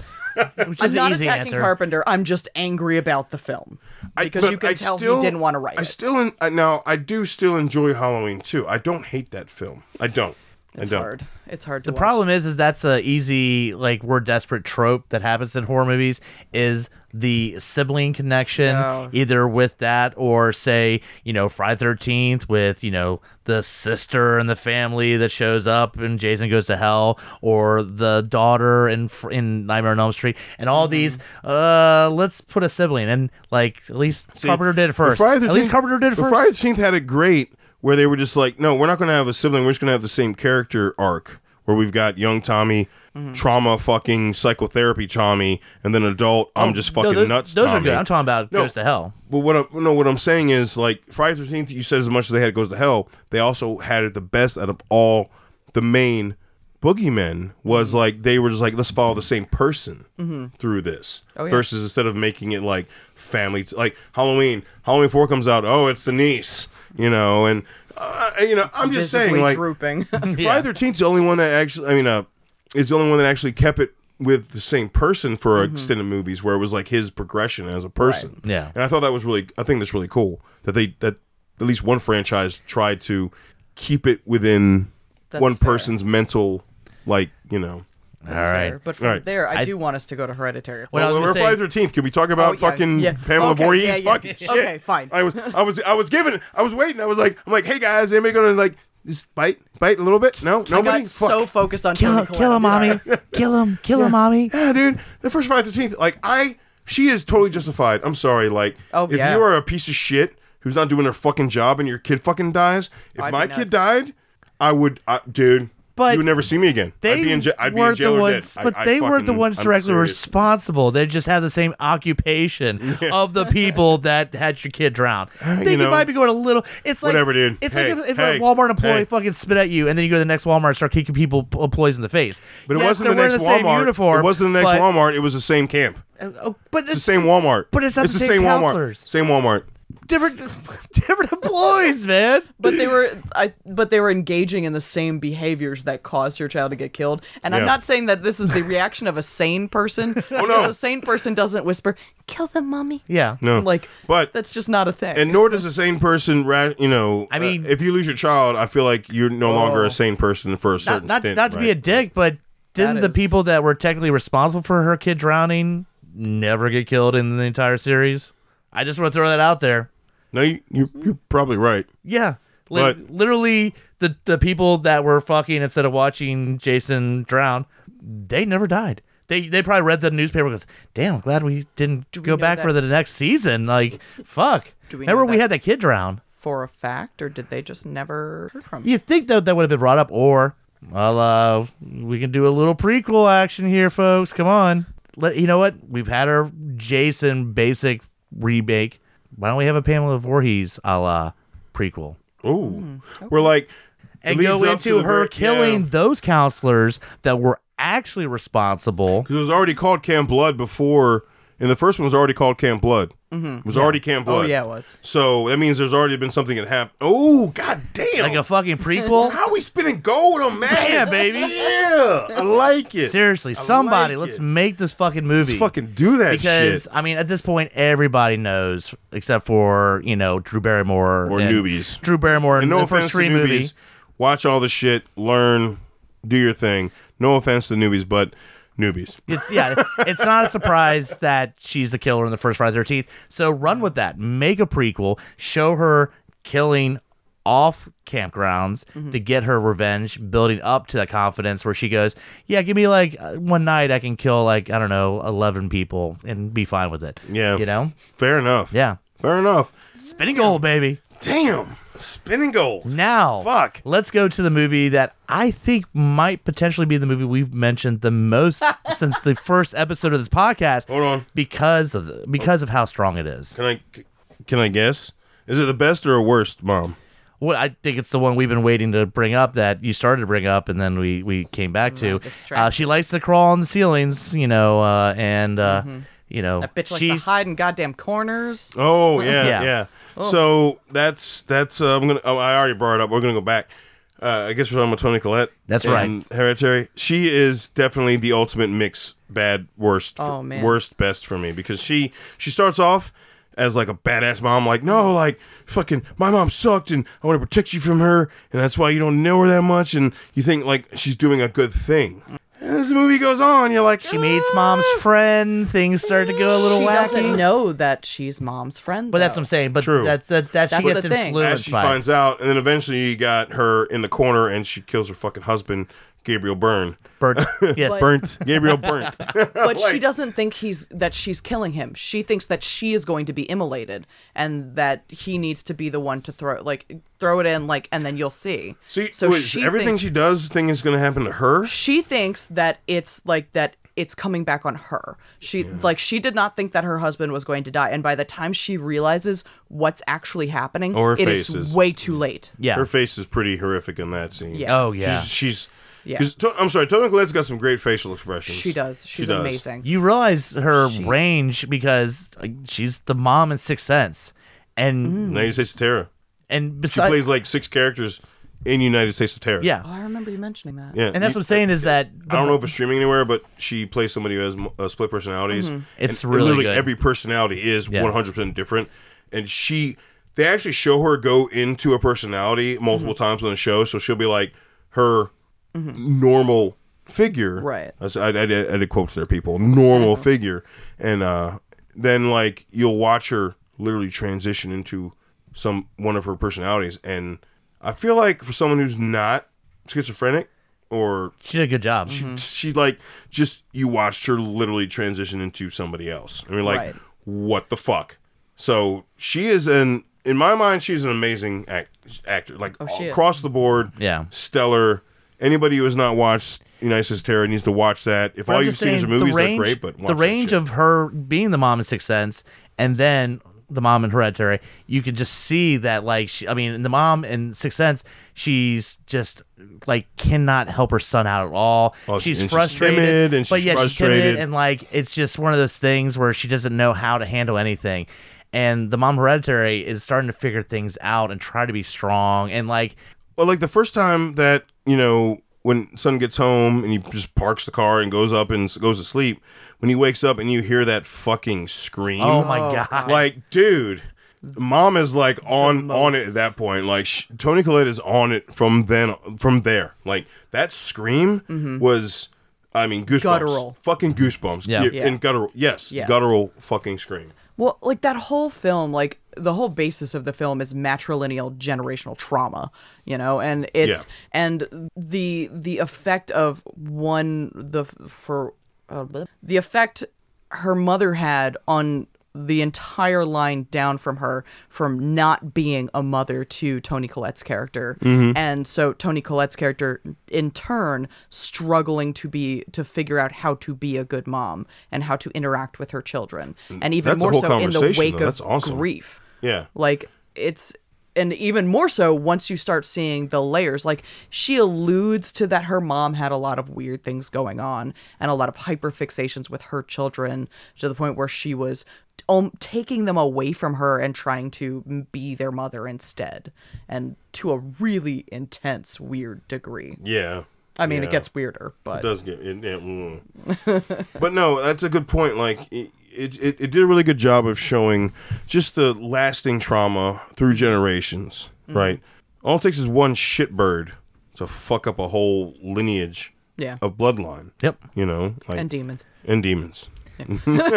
S2: Which
S3: I'm
S2: is
S3: not
S2: an easy
S3: attacking
S2: answer.
S3: Carpenter. I'm just angry about the film
S1: I-
S3: because
S1: but
S3: you can
S1: I
S3: tell
S1: still-
S3: he didn't want to write
S1: I
S3: it.
S1: still en- I- now I do still enjoy Halloween too. I don't hate that film. I don't.
S3: it's
S1: I don't.
S3: hard. It's hard to.
S2: The problem is, is that's a easy like we're desperate trope that happens in horror movies is the sibling connection,
S3: No.
S2: either with that or say you know Friday Thirteenth with you know the sister and the family that shows up and Jason goes to hell, or the daughter in Fr- in Nightmare on Elm Street, and all these. Uh, let's put a sibling and like at least Carpenter did it first.
S1: Friday
S2: At least
S1: 13th
S2: Carpenter did it
S1: the
S2: first.
S1: Friday Thirteenth had it great where they were just like, no, we're not going to have a sibling. We're just going to have the same character arc where we've got young Tommy,
S3: Mm-hmm.
S1: trauma fucking psychotherapy Tommy, and then adult.
S3: Oh,
S1: I'm just
S2: No,
S1: fucking
S2: those,
S1: nuts.
S2: Those
S1: Tommy.
S2: are good. I'm talking about goes to hell.
S1: But what I, no, what I'm saying is like Friday Thirteenth. You said as much as they had goes to hell. They also had it the best out of all the main boogeymen.
S3: Mm-hmm.
S1: Was like they were just like let's follow the same person through this
S3: Oh, yeah.
S1: versus instead of making it like family. T- like Halloween, Halloween Four comes out. Oh, it's the niece, you know, and uh, I, you know, I'm just saying,
S3: Visibly
S1: like,
S3: drooping.
S1: Friday the 13th is the only one that actually, I mean, uh, is the only one that actually kept it with the same person for
S3: Mm-hmm.
S1: extended movies where it was like his progression as a person.
S2: Yeah.
S1: And I thought that was really, I think that's really cool that they, that at least one franchise tried to keep it within
S3: That's
S1: one
S3: fair.
S1: person's mental, like, you know.
S2: All
S3: That's
S2: right.
S3: fair. But from
S1: Right.
S3: there, I,
S2: I-
S3: do want us to go to Hereditary.
S2: Well, I was
S1: Well,
S2: gonna
S1: we're
S2: say-
S1: Friday Thirteenth. Can we talk about
S3: Oh, yeah,
S1: fucking
S3: yeah.
S1: Pamela
S3: Okay,
S1: Voorhees?
S3: yeah, yeah.
S1: Fucking shit.
S3: Okay, fine.
S1: I was, I was, I was giving, I was waiting. I was like, I'm like, hey guys, anybody gonna like just bite, bite a little bit? No,
S3: I
S1: nobody.
S3: got
S1: Fuck.
S3: so focused on
S2: Kill,
S3: Tony
S2: kill him,
S3: Collette, I'm
S2: mommy.
S3: sorry.
S2: Kill him, kill him, mommy.
S1: yeah, dude. The first Friday Thirteenth, like I, she is totally justified. I'm sorry, like,
S3: Oh,
S1: if
S3: yeah.
S1: you are a piece of shit who's not doing their fucking job and your kid fucking dies, if
S3: I'd be
S1: my
S3: nuts.
S1: kid died, I would, I, dude.
S2: But
S1: you would never see me again. I'd be in, ja- I'd be in
S2: weren't
S1: jail
S2: the
S1: or dead.
S2: ones,
S1: I-
S2: but
S1: I
S2: they weren't the
S1: fucking-
S2: ones
S1: I'm
S2: directly
S1: serious.
S2: responsible. They just have the same occupation of the people that had your kid drown. I think you,
S1: know,
S2: might be going a little. It's like
S1: whatever, dude.
S2: It's
S1: Hey,
S2: like if, if
S1: hey,
S2: a Walmart employee
S1: hey.
S2: fucking spit at you, and then you go to the next Walmart and start kicking people employees in the face.
S1: But it
S2: Yes,
S1: wasn't the
S2: they're wearing
S1: next
S2: same
S1: Walmart.
S2: uniform.
S1: it wasn't the next
S2: but,
S1: Walmart. It was the same camp.
S2: Oh, but
S1: It's the same Walmart.
S2: But it's not the
S1: the
S2: same
S1: same
S2: counselors.
S1: Walmart. Same Walmart.
S2: different, different employees, man.
S3: but they were I, but they were engaging in the same behaviors that caused your child to get killed and i'm
S1: Yeah.
S3: not saying that this is the reaction of a sane person because a sane person doesn't whisper
S4: Kill them, mommy.
S2: Yeah.
S1: No,
S3: like
S1: but
S3: that's just not a thing
S1: and nor does the same person. Ra- you know,
S2: I mean-
S1: uh, if you lose your child, I feel like you're no longer
S3: Oh.
S1: a sane person for a
S2: Not,
S1: certain
S2: not,
S1: stint.
S2: not to be a
S1: right?
S2: dick, but didn't the
S3: is-
S2: people that were technically responsible for her kid drowning never get killed in the entire series? I just want to throw that out there.
S1: no, you, you're, you're probably right.
S2: Yeah. Li-
S1: But-
S2: literally, the, the people that were fucking instead of watching Jason drown, they never died. They they probably read the newspaper and goes, damn, I'm glad we didn't
S3: we
S2: go
S3: know
S2: back
S3: that-
S2: for the next season. Like, fuck.
S3: Do we know
S2: Remember we
S3: that-
S2: had that kid drown.
S3: for a fact or did they just never hear from
S2: You think that that would have been brought up, or well, uh, we can do a little prequel action here, folks. Come on, let you know what we've had our Jason basic remake. Why don't we have a Pamela Voorhees a la prequel
S1: Ooh, we're like
S2: Hmm, and
S1: it
S2: go
S1: leads up to
S2: into
S1: the
S2: her
S1: ver-
S2: killing
S1: yeah.
S2: those counselors that were actually responsible?
S1: Because it was already called Camp Blood before, and the first one was already called Camp Blood. Mm-hmm. It was already Camp
S3: oh
S1: Blood.
S3: yeah it was
S1: So that means there's already been something that happened. Oh, god damn.
S2: Like a fucking prequel?
S1: How we spinning gold on Max?
S2: Yeah, baby.
S1: Yeah, I like it.
S2: Seriously, somebody,
S1: like
S2: let's
S1: it.
S2: make this fucking movie.
S1: Let's fucking do that
S2: because
S1: shit.
S2: I mean, at this point, everybody knows except for you know Drew Barrymore
S1: Or
S2: and-
S1: newbies.
S2: Drew Barrymore in
S1: And no
S2: the
S1: offense
S2: first
S1: to
S2: three
S1: newbies.
S2: movie.
S1: Watch all the shit, learn, do your thing. No offense to newbies, but newbies.
S2: It's yeah, it's not a surprise that she's the killer in the first Friday Thirteenth. So run with that, make a prequel, show her killing off campgrounds to get her revenge, building up to that confidence where she goes, yeah, give me like uh, one night I can kill like I don't know eleven people and be fine with it.
S1: Yeah.
S2: you know,
S1: Fair enough.
S2: yeah,
S1: Fair enough.
S2: spinning gold, baby.
S1: Damn. Spinning gold.
S2: Now,
S1: Fuck.
S2: Let's go to the movie that I think might potentially be the movie we've mentioned the most since the first episode of this podcast.
S1: Hold on.
S2: because of the, because of how strong it is.
S1: Can I can I guess? Is it the best or worst, mom?
S2: Well, I think it's the one we've been waiting to bring up that you started to bring up, and then we we came back to. Uh,
S3: distracted.
S2: she likes to crawl on the ceilings, you know, uh, and uh, you know,
S3: Mm-hmm. that bitch likes
S2: she's
S3: to hide in goddamn corners
S1: Oh yeah,
S2: Yeah. Oh.
S1: yeah. So that's that's uh, I'm gonna. Oh, I already brought it up. We're gonna go back. Uh, I guess we're talking about Tony Collette.
S2: That's
S1: and
S2: right.
S1: Hereditary. She is definitely the ultimate mix bad worst f-
S3: Oh, man.
S1: worst best for me because she she starts off as like a badass mom like no like fucking my mom sucked and I want to protect you from her and that's why you don't know her that much and you think like she's doing a good thing. And as the movie goes on, you're like
S2: she meets mom's friend. Things start to go a little
S3: Ah! she
S2: wacky.
S3: doesn't know that she's mom's friend
S2: Oh. But that's
S3: though.
S2: what I'm saying. But
S1: True.
S2: that's that, that she
S3: That's
S2: gets
S3: the thing.
S1: as
S2: influenced
S1: she
S2: by. it.
S1: finds out, and then eventually you got her in the corner, and she kills her fucking husband, Gabriel Byrne.
S2: Burnt. Yes.
S1: Burnt. Gabriel Burnt.
S3: but she doesn't think he's that she's killing him. She thinks that she is going to be immolated and that he needs to be the one to throw like throw it in like and then you'll see.
S1: See, so everything
S3: thinks,
S1: she does, thing is going to happen to her.
S3: she thinks that it's like that it's coming back on her. She like she did not think that her husband was going to die and by the time she realizes what's actually happening
S1: Or her
S3: it
S1: face is-
S3: is way too late.
S2: Yeah.
S1: Her face is pretty horrific in that scene.
S3: Yeah.
S2: Oh yeah.
S1: She's. she's
S3: Yeah.
S1: 'cause To- I'm sorry, Tony Collette's got some great facial expressions.
S3: She does. She's
S1: does.
S3: amazing.
S2: you realize her range because like, she's the mom in Sixth Sense, and
S1: Mm-hmm. Now you say Tara.
S2: and
S1: She
S2: besides,
S1: plays like six characters in United States of Terror.
S2: yeah,
S3: Oh, I remember you mentioning that.
S1: yeah.
S2: and that's what I'm saying is that
S1: I don't know if it's streaming anywhere, but she plays somebody who has m- uh, split personalities.
S2: Mm-hmm. It's
S1: And- and
S2: really
S1: literally
S2: good.
S1: every personality is
S2: Yeah.
S1: 100% different, and she they actually show her go into a personality multiple
S2: Mm-hmm.
S1: times on the show, so she'll be like her normal figure.
S3: Right.
S1: That's- I, I, did, I did quotes there, people. Normal figure, and uh, then like you'll watch her literally transition into some one of her personalities, and I feel like for someone who's not schizophrenic or
S2: she did a good job.
S1: Mm-hmm. she like just you watched her literally transition into somebody else and you're like
S3: Right.
S1: what the fuck so she is an in my mind she's an amazing act, actor like
S2: Oh,
S3: she is.
S1: across the board
S2: Yeah.
S1: stellar anybody who has not watched United States of Terror needs to watch that if
S2: But
S1: all
S2: I'm
S1: you've
S2: just
S1: seen is the
S2: saying,
S1: movies
S2: range,
S1: they're great but watch
S2: the
S1: that
S2: range
S1: shit.
S2: of her being the mom in Sixth Sense and then the mom in Hereditary, you could just see that like she, I mean, the mom in Sixth Sense, she's just like cannot help her son out at all.
S1: Oh,
S2: she's
S1: and she's
S2: frustrated,
S1: timid, and
S2: but
S1: she's
S2: yeah, she's
S1: frustrated.
S2: timid, and like it's just one of those things where she doesn't know how to handle anything. And the mom in hereditary is starting to figure things out and try to be strong and like
S1: well like the first time that you know when son gets home and he just parks the car and goes up and s- goes to sleep when he wakes up and you hear that fucking scream
S2: oh, my god
S1: like dude mom is like on on it at that point like sh- tony collette is on it from then from there like that scream was i mean goosebumps
S3: Mm-hmm. Guttural.
S1: fucking goosebumps
S2: Yeah.
S3: Yeah.
S1: and guttural yes,
S3: Yes.
S1: guttural fucking scream
S3: Well, like that whole film, like the whole basis of the film is matrilineal generational trauma, you know, and it's
S1: Yeah.
S3: and the the effect of one the for uh, bleh. the effect her mother had on the entire line down from her from not being a mother to Tony Collette's character.
S1: Mm-hmm.
S3: And so Tony Collette's character in turn struggling to be to figure out how to be a good mom and how to interact with her children. And even
S1: Mm, That's a
S3: more
S1: whole
S3: so in the
S1: conversation,
S3: wake
S1: though.
S3: of
S1: That's awesome.
S3: grief.
S1: yeah
S3: Like it's and even more so once you start seeing the layers. Like she alludes to that her mom had a lot of weird things going on and a lot of hyperfixations with her children to the point where she was um, taking them away from her and trying to m- be their mother instead and to a really intense weird degree.
S1: yeah
S3: I mean,
S1: Yeah.
S3: it gets weirder,
S1: It
S3: but
S1: does get it, it- mm. but no that's a good point like it, it, it did a really good job of showing just the lasting trauma through generations
S3: Mm-hmm.
S1: right all it takes is one shitbird to fuck up a whole lineage
S3: yeah.
S1: of bloodline
S2: yep
S1: you know like
S3: And
S1: and,
S3: demons.
S1: demons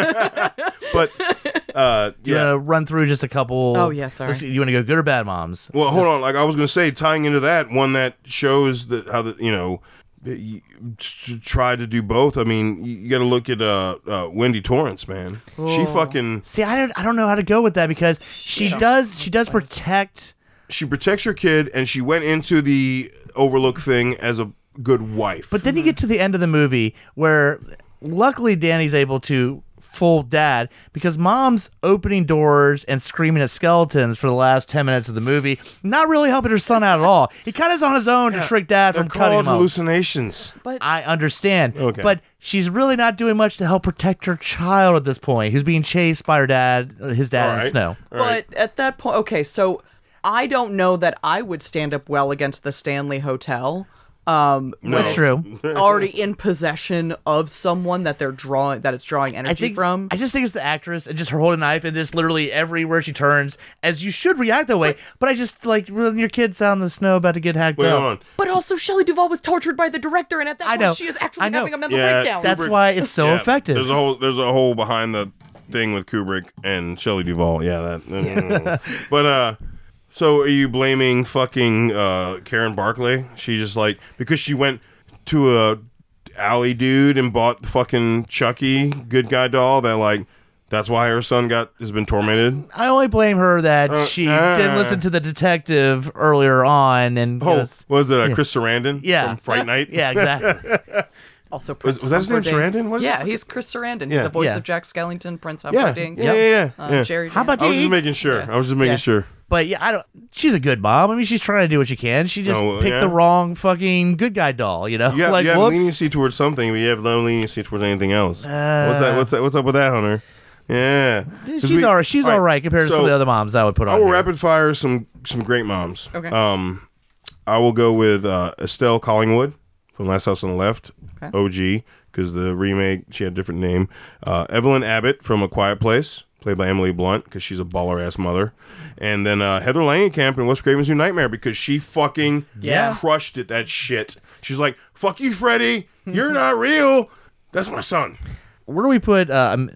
S1: but uh
S2: you
S1: yeah
S2: want to run through just a couple
S3: Oh, yeah, sorry.
S2: Let's- you want to go good or bad moms
S1: well hold on like i was gonna say tying into that one that shows that how the you know that you t- try to do both i mean you- you gotta look at uh, uh wendy torrance man
S2: Oh.
S1: she fucking
S2: See, I don't, I don't know how to go with that because she does, she does protect.
S1: she protects her kid and she went into the overlook thing as a good wife
S2: But then you get to the end of the movie where, luckily, Danny's able to fool Dad because Mom's opening doors and screaming at skeletons for the last ten minutes of the movie, not really helping her son out at all. He kind of is on his own to trick Dad
S1: they're
S2: from cutting
S1: called
S2: him. off.
S1: hallucinations
S2: I understand,
S1: Okay.
S2: but she's really not doing much to help protect her child at this point, who's being chased by her dad, his dad in the
S1: Alright.
S2: snow.
S1: All right.
S3: But at that point, okay, so I don't know that I would stand up well against the Stanley Hotel. Um,
S1: No.
S2: That's true.
S3: already in possession of someone that they're drawing that it's drawing energy
S2: I think
S3: from.
S2: I just think it's the actress and just her holding a knife and just literally everywhere she turns, as you should react that way. But, I just like when your kid's out in the snow about to get hacked
S1: wait
S2: up.
S1: hold on
S3: but also, Shelley Duvall was tortured by the director, and at that
S2: I
S3: point,
S2: know.
S3: she is
S2: I
S3: actually
S2: know.
S3: having a mental
S1: Yeah,
S3: breakdown.
S2: That's
S1: Kubrick-
S2: why it's so
S1: Yeah,
S2: effective.
S1: There's a whole there's a whole behind the thing with Kubrick and Shelley Duvall. Yeah, that. but uh, so are you blaming fucking uh, Karen Barclay? She just like because she went to a alley dude and bought the fucking Chucky good guy doll that like that's why her son got has been tormented.
S2: I only blame her that she
S1: uh.
S2: didn't listen to the detective earlier on and
S1: Oh,
S2: goes-
S1: what was it uh, Chris Sarandon?
S2: Yeah.
S1: from Fright Night.
S2: yeah, exactly.
S3: also, Prince
S1: was, was that his name?
S3: Humperdinck.
S1: Sarandon? What is
S3: yeah,
S1: his-
S3: he's Chris Sarandon,
S1: Yeah.
S3: the voice
S2: Yeah.
S3: of Jack Skellington, Prince
S1: yeah, yeah,
S3: Humperdinck,
S1: yeah, yeah.
S3: uh,
S1: yeah.
S3: Jerry.
S2: How about
S1: I was just
S2: Dee?
S1: making sure. I was just making
S3: Yeah.
S1: sure.
S2: But yeah, I don't. She's a good mom. I mean, she's trying to do what she can. She just
S1: No,
S2: picked
S1: yeah.
S2: the wrong fucking good guy doll. You know,
S1: You have,
S2: like
S1: you have
S2: whoops.
S1: leniency towards something, but you have no leniency towards anything else. what's that? What's that? What's up with that, Hunter? Yeah, 'Cause
S2: Uh. She's
S1: we-
S2: all right. She's all right, compared to some of the other moms that I would put
S1: I
S2: on.
S1: will
S2: here.
S1: rapid fire some some great moms.
S3: Okay.
S1: Um, I will go with uh, Estelle Collingwood from Last House on the Left,
S3: Okay.
S1: OG, because the remake she had a different name. Uh, Evelyn Abbott from A Quiet Place, played by Emily Blunt, because she's a baller ass mother. And then uh, Heather Langenkamp in West Craven's New Nightmare because she fucking
S2: Yeah.
S1: crushed it. That shit. She's like, "Fuck you, Freddy. You're not real. That's my son."
S2: Where do we put uh, Am-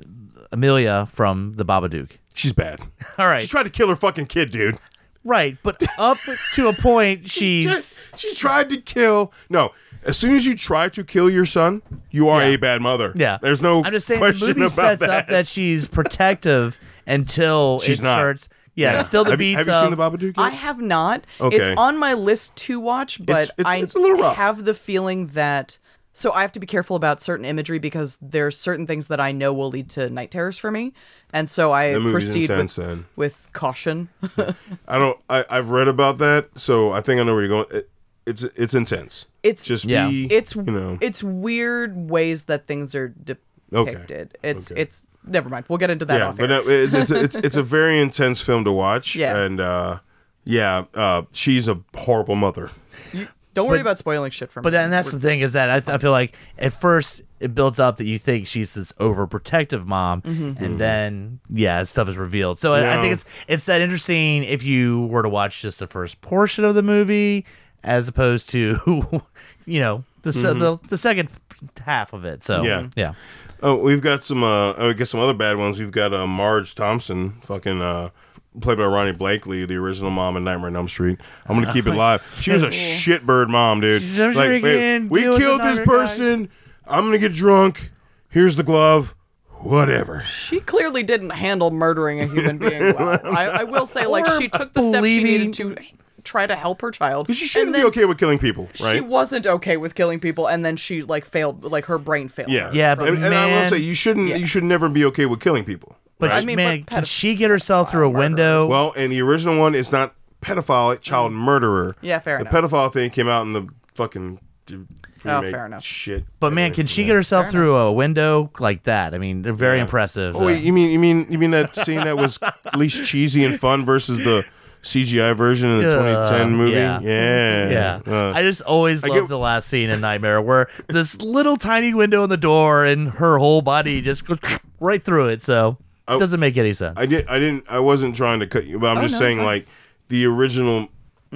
S2: Amelia from The Babadook?
S1: She's bad.
S2: All right,
S1: She tried to kill her fucking kid, dude.
S2: right, but up to a point, she's
S1: She tried to kill. No, as soon as you try to kill your son, you are
S2: Yeah.
S1: a bad mother.
S2: yeah.
S1: there's no.
S2: I'm just saying the
S1: question
S2: movie
S1: about
S2: sets
S1: that.
S2: up that she's protective until
S1: She's
S2: it
S1: not.
S2: starts. Yeah, it's still the
S1: have
S2: beats
S1: you, have you
S2: of
S1: seen the Babadook?
S3: I
S1: yet?
S3: have not.
S1: Okay.
S3: It's on my list to watch, but
S1: It's- it's-
S3: I
S1: it's a little rough.
S3: have the feeling that so I have to be careful about certain imagery because there's certain things that I know will lead to night terrors for me, and so I
S1: The movie's
S3: proceed
S1: intense.
S3: with,
S1: Then
S3: with caution.
S1: I don't. I, I've read about that, so I think I know where you're going. It, it's it's intense.
S3: It's
S1: Just
S2: Yeah.
S1: be.
S3: it's
S1: you know.
S3: it's weird ways that things are
S1: Okay.
S3: depicted. It's
S1: Okay.
S3: it's never mind. We'll get into that.
S1: yeah,
S3: off
S1: but
S3: air.
S1: no, it's, it's it's it's a very intense film to watch.
S3: Yeah.
S1: and uh, yeah, uh, she's a horrible mother.
S3: Don't worry about spoiling shit for me.
S2: But then that's the thing is that I, I feel like at first it builds up that you think she's this overprotective mom,
S1: Mm-hmm.
S2: and then yeah, stuff is revealed. So I, I
S1: Yeah.
S2: think it's it's that interesting if you were to watch just the first portion of the movie as opposed to you know the se- the, the second half of it. So
S1: Mm-hmm. Yeah.
S2: yeah,
S1: Oh, we've got some. Uh, oh, I guess some other bad ones. We've got uh, Marge Thompson, fucking uh, played by Ronnie Blakely, the original mom in Nightmare on Elm Street. I'm gonna keep it live. She was a shitbird mom, dude.
S2: Uh-huh. She's a
S1: Like, wait,
S2: freaking
S1: we
S2: deal with
S1: killed this
S2: another guy.
S1: person. I'm gonna get drunk. Here's the glove. Whatever.
S3: she clearly didn't handle murdering a human being well. I, I will say, like,
S2: Or
S3: she took the steps she
S2: believing-
S3: needed to try to help her child.
S1: Because she
S3: and
S1: shouldn't be
S3: then
S1: okay with killing people, right?
S3: She wasn't okay with killing people, and then she like failed, like her brain failed.
S1: yeah,
S3: her.
S2: Yeah, but
S1: and, and I will
S2: man-
S1: say you shouldn't.
S3: Yeah.
S1: You should never be okay with killing people.
S2: but
S1: right?
S2: she-
S3: mean, but
S2: man, can
S3: pedoph-
S2: she get herself through a window?
S1: Well, in the original one, it's not pedophile, it's child murderer.
S3: Mm. Yeah, fair
S1: The
S3: enough.
S1: pedophile thing came out in the fucking d-
S3: Oh,
S1: remake
S3: fair enough.
S1: Shit.
S2: but man, can she get herself through a window like that? I mean, they're very
S1: Yeah.
S2: impressive.
S1: Oh, wait,
S2: so.
S1: you mean you mean you mean that scene that was least cheesy and fun versus the CGI version in the
S2: Uh,
S1: 2010 movie?
S2: yeah.
S1: Yeah.
S2: Yeah.
S1: Uh,
S2: I just always love
S1: get-
S2: the last scene in Nightmare where this little tiny window in the door and her whole body just goes right through it. So it
S1: I-
S2: doesn't make any sense.
S1: Oh. I did. I didn't. I wasn't trying to cut you, but I'm just
S3: Oh, no,
S1: saying,
S3: fine. Mm-hmm.
S1: like, the original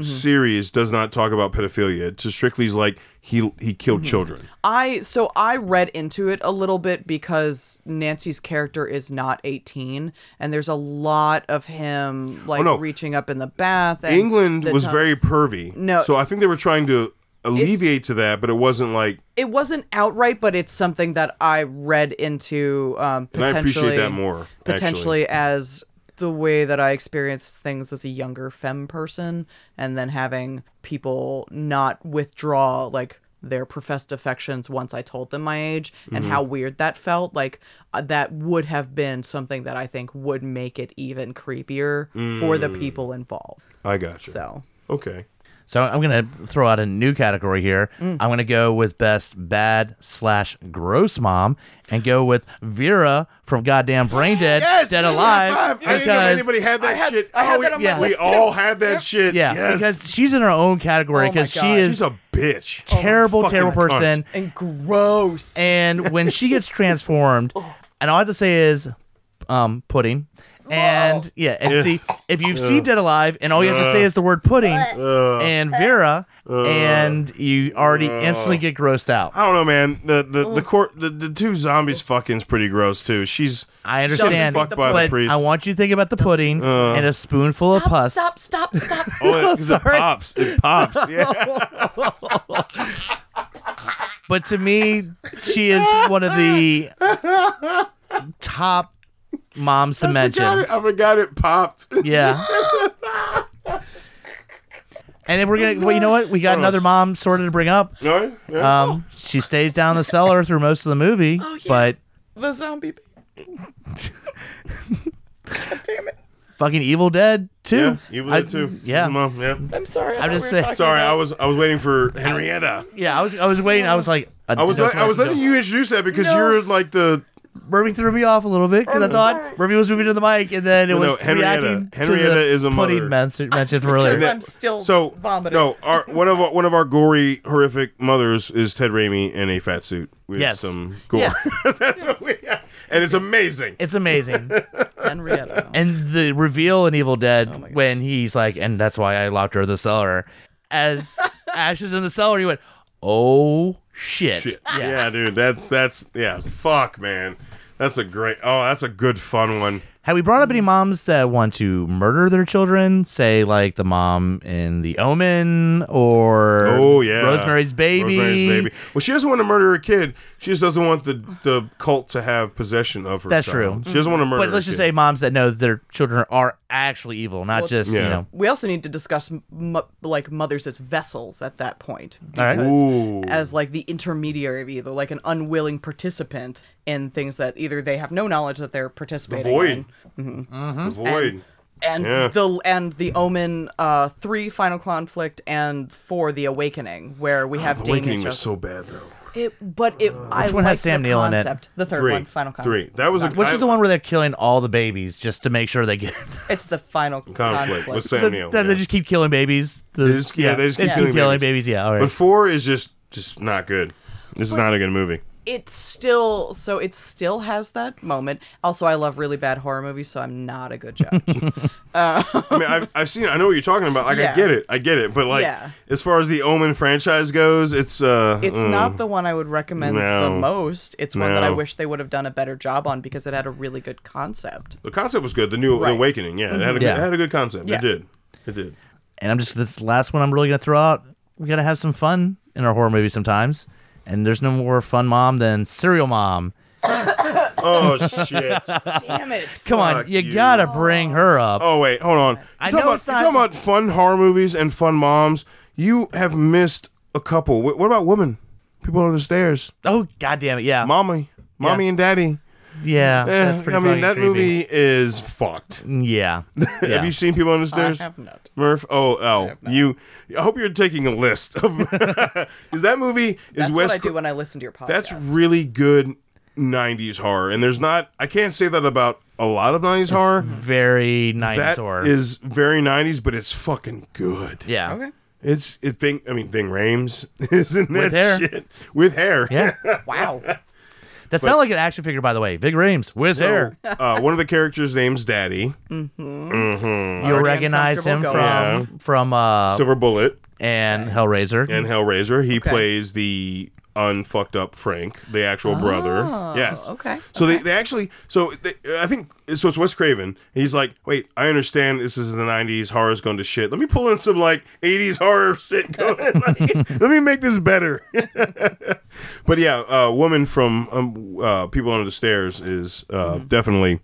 S1: series does not talk about pedophilia. It's just strictly like he he killed
S3: Mm-hmm.
S1: children.
S3: I so I read into it a little bit because Nancy's character is not 18, and there's a lot of him like
S1: Oh, no.
S3: reaching up in the bath. And
S1: England
S3: the
S1: was
S3: tongue-
S1: very pervy.
S3: No.
S1: So I think they were trying to alleviate to that, but it wasn't like.
S3: It wasn't outright, but it's something that I read into. Um,
S1: And I
S3: potentially,
S1: appreciate that more. actually.
S3: potentially as the way that I experienced things as a younger femme person, and then having people not withdraw like their professed affections once I told them my age, and
S1: Mm-hmm.
S3: how weird that felt. Like uh, that would have been something that I think would make it even creepier for
S1: Mm.
S3: the people involved.
S1: I got you.
S3: So
S1: Okay.
S2: so I'm going to throw out a new category here.
S1: Mm.
S2: I'm going to go with best bad slash gross mom and go with Vera from goddamn Brain Dead, Dead Alive.
S1: I didn't know anybody had that shit.
S3: I had
S1: oh,
S3: that on my
S1: yeah. We
S3: list,
S1: all had that shit.
S2: Yeah,
S1: Yes.
S2: because she's in her own category
S3: Oh my
S2: because she
S3: God.
S2: is Oh,
S1: she's a bitch.
S2: terrible,
S1: Fucking
S2: terrible
S1: cunt.
S2: person.
S3: and gross.
S2: and when she gets transformed,
S1: Oh.
S2: and all I have to say is, um, pudding.
S1: Oh.
S2: And yeah, and see if you've seen Dead Alive, and all you have to say is the word pudding and Vera, and you already instantly get grossed out.
S1: I don't know, man. The the the court the, the two zombies fucking's pretty gross too. She's
S2: I understand,
S1: fucked by the
S2: but
S1: priest. uh.
S2: I want you to think about the pudding and a spoonful of pus.
S3: Stop! Stop! Stop!
S1: oh, it, 'cause it
S2: Sorry.
S1: pops. It pops. Yeah.
S2: But to me, she is one of the top moms to
S1: Got
S2: mention.
S1: it. I forgot it popped.
S2: Yeah. and if we're gonna, well, you know what? We got
S1: Oh.
S2: another mom sort of to bring up.
S1: No. Yeah.
S2: Um, she stays down in the cellar through most of the movie,
S1: Oh,
S2: but
S3: the zombie. baby. God damn it!
S2: fucking Evil Dead too.
S1: yeah. You were
S2: Uh, I-
S1: there too.
S2: yeah.
S1: She's a mom. Yeah.
S3: I'm sorry. I
S2: I'm
S3: thought
S2: just
S3: we were
S2: saying-
S3: talking
S1: Sorry,
S3: about-
S1: I was I was waiting for Henrietta.
S2: Yeah, I was, I was waiting. I was like,
S1: I was I was letting you introduce that because
S3: No.
S1: you're like the
S2: Murphy threw me off a little bit because I thought Murphy was moving to the mic, and then it
S1: Oh, No, no,
S2: was
S1: Henrietta.
S2: reacting to
S1: Henrietta
S2: the
S1: is a
S2: pudding
S1: mother.
S2: mention- mentioned
S3: Because
S2: earlier.
S3: I'm still
S1: So
S3: vomiting.
S1: no, our, one of our, one of our gory, horrific mothers is Ted Raimi in a fat suit with
S2: Yes.
S1: some gore.
S3: Yes.
S1: That's what we and it's amazing.
S2: It's amazing.
S3: Henrietta.
S2: And the reveal in Evil Dead
S1: Oh
S2: when he's like, and that's why I locked her in the cellar. As Ashes in the cellar, he went, oh shit.
S1: Shit. Yeah. dude, that's that's yeah. Fuck, man, that's a great. Oh, that's a good fun one.
S2: Have we brought up any moms that want to murder their children? Say like the mom in The Omen or
S1: Oh yeah,
S2: Rosemary's Baby.
S1: Rosemary's Baby. Well, she doesn't want to murder her kid. She just doesn't want the the cult to have possession of her.
S2: That's
S1: child.
S2: true.
S1: She doesn't want to murder.
S2: But let's
S1: her
S2: just
S1: kid.
S2: say moms that know their children are actually evil, not
S3: Well,
S2: just
S1: Yeah.
S2: you know.
S3: we also need to discuss m- like mothers as vessels at that point
S2: All right.
S3: because
S1: Ooh.
S3: as like the intermediary of either like an unwilling participant in things that either they have no knowledge that they're participating
S1: void.
S3: in
S2: Mm-hmm.
S1: the void.
S3: and
S1: Yeah.
S3: the and the omen uh three final conflict and four the awakening where we have Damien
S1: Ah, Awakening was
S3: Joseph.
S1: so bad though.
S3: it, but it I
S2: one has
S3: like
S2: Sam
S3: the
S2: Neill in it?
S3: concept. the third
S1: Three.
S3: one final
S1: Three.
S3: conflict
S1: That was a.
S2: Which
S1: I-
S2: is the one where they're killing all the babies just to make sure they get
S3: it's the final
S1: conflict with Sam
S2: that
S1: Neill.
S2: that they
S1: yeah.
S2: just keep killing babies. The-
S1: They just- yeah, they just keep killing
S2: babies. Yeah, all right.
S1: But four is just just not good. This is not a good movie.
S3: it still so it still has that moment. Also, I love really bad horror movies, so I'm not a good judge.
S1: I mean, I've, I've seen. it. I know what you're talking about. Like, I
S3: Yeah.
S1: get it. I get it. But like,
S3: Yeah.
S1: as far as the Omen franchise goes, it's uh,
S3: it's
S1: mm,
S3: not the one I would recommend the
S1: No.
S3: most. It's one that I
S1: No.
S3: wish they would have done a better job on because it had a really good concept.
S1: the concept was good. The new the
S3: Right. Mm-hmm.
S1: awakening. Yeah, it had a
S2: Yeah.
S1: good, it had a good concept.
S3: Yeah.
S1: It did. It did.
S2: and I'm just this last one. I'm really gonna throw out. We gotta have some fun in our horror movies sometimes. And there's no more fun mom than serial mom.
S1: Oh shit.
S3: Damn it!
S2: Come
S1: Fuck
S2: on, you,
S1: you.
S2: gotta bring her up.
S1: Oh wait, hold on. You're
S2: I
S1: talking
S2: know
S1: about,
S2: it's
S1: you're
S2: not-
S1: talking about fun horror movies and fun moms. You have missed a couple. Wh- What about women? People on the stairs.
S2: Oh, god damn it, yeah,
S1: Mommy, mommy and daddy.
S2: yeah.
S1: Eh,
S2: That's pretty.
S1: I mean,
S2: fucking
S1: that
S2: creepy. Mm,
S1: movie is fucked.
S2: Yeah.
S1: Have
S2: Yeah.
S1: you seen people on the
S3: I
S1: stairs?
S3: have not.
S1: Murph. Oh, oh, you. I hope you're taking a list of because that movie is
S3: That's
S1: Wes.
S3: what I
S1: Cra-
S3: do when I listen to your podcast.
S1: that's really good '90s horror, and there's not. I can't say that about a lot of '90s horror.
S2: Very nice
S1: That
S2: or
S1: is very '90s, but it's fucking good.
S2: yeah.
S3: okay.
S1: It's it. Ving, I mean, Ving Rames is in that
S2: With hair.
S1: shit with hair.
S2: Yeah.
S3: Wow.
S2: That sounded like an action figure, by the way. Big Rames with
S1: So,
S2: hair.
S1: uh, one of the characters' name's Daddy.
S2: You'll recognize him from
S3: uncomfortable
S1: going.
S2: from uh
S1: Silver Bullet
S2: and Hellraiser.
S1: and Hellraiser. He
S3: Okay.
S1: plays the unfucked up Frank, the actual brother.
S3: Oh,
S1: Yes.
S3: okay,
S1: So They, they actually so they, I think so it's Wes Craven. He's like, wait, I understand this is the '90s horror's going to shit. Let me pull in some like '80s horror shit going. Like, let me make this better. but yeah, uh, woman from um, uh, people under the stairs is uh, definitely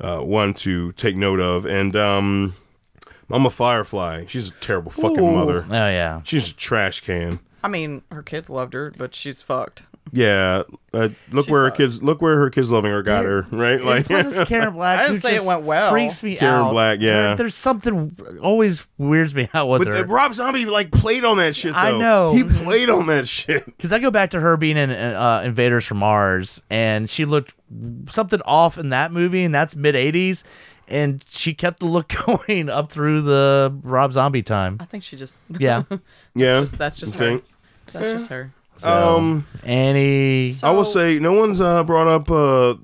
S1: uh, one to take note of. And um, Mama Firefly, she's a terrible fucking mother.
S2: Oh yeah.
S1: She's a trash can.
S3: I mean, her kids loved her, but she's fucked.
S1: Yeah, uh, look where her kids look where her kids loving her got her right. Like
S2: Plus, it's Karen Black.
S3: I
S2: who
S3: didn't say it
S2: just
S3: went well.
S2: Freaks me
S1: Karen
S2: out.
S1: Black, yeah.
S2: There- there's something always weirds me out with
S1: But
S2: her
S1: uh, Rob Zombie like played on that shit. Though.
S2: I know.
S1: he played on that shit.
S2: because I go back to her being in uh, Invaders from Mars, and she looked something off in that movie, and that's mid '80s, and she kept the look going up through the Rob Zombie time.
S3: I think she just
S2: Yeah.
S1: Yeah,
S3: that's just
S1: Okay.
S3: her. That's just her.
S2: So,
S1: Um,
S2: Annie.
S1: I will
S3: So-
S1: say no one's uh, brought up. Uh,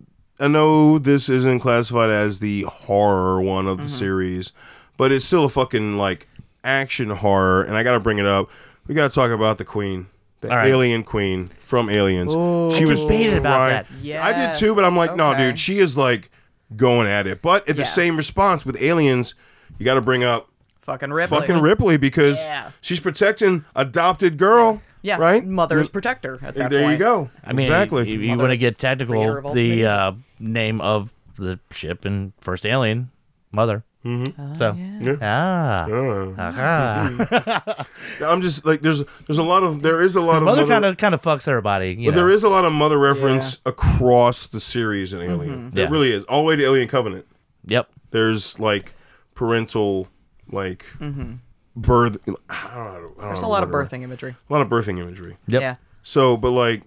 S1: I know this isn't classified as the horror one
S2: Mm-hmm.
S1: of the series, but it's still a fucking like action horror, and I gotta bring it up. We gotta talk about the Queen. The
S2: All right.
S1: alien queen from Aliens. She was
S2: Debated about
S1: trying-
S2: that.
S1: I did too, but I'm like, no,
S3: Okay.
S1: dude, she is like going at it. But at the
S3: Yeah.
S1: same response with Aliens, you got to bring up
S3: Fucking Ripley.
S1: fucking Ripley because
S3: Yeah.
S1: she's protecting adopted girl.
S3: Yeah.
S1: Right?
S3: Mother is protector at that
S1: there
S3: point.
S1: you go.
S2: I mean,
S1: exactly.
S2: You, want to
S3: Mother's
S2: get
S3: creator of
S2: technical?
S3: all
S2: The
S3: things.
S2: uh, name of the ship in First Alien, Mother.
S3: Oh,
S2: Mm-hmm. So, ah, aha.
S1: I'm just like there's there's a lot of there is a lot of
S2: Mother kind of kind of fucks everybody. You
S1: but there
S2: know.
S1: is a lot of mother reference across the series in
S3: Mm-hmm.
S1: Alien. There
S2: Yeah.
S1: really is. All the way to Alien Covenant.
S2: Yep.
S1: There's like parental like birth. I don't know. I don't
S3: Mm-hmm. There's
S1: know
S3: a lot
S1: what
S3: of
S1: it-
S3: birthing imagery.
S1: A lot of birthing imagery.
S2: Yep.
S3: Yeah.
S1: So, but like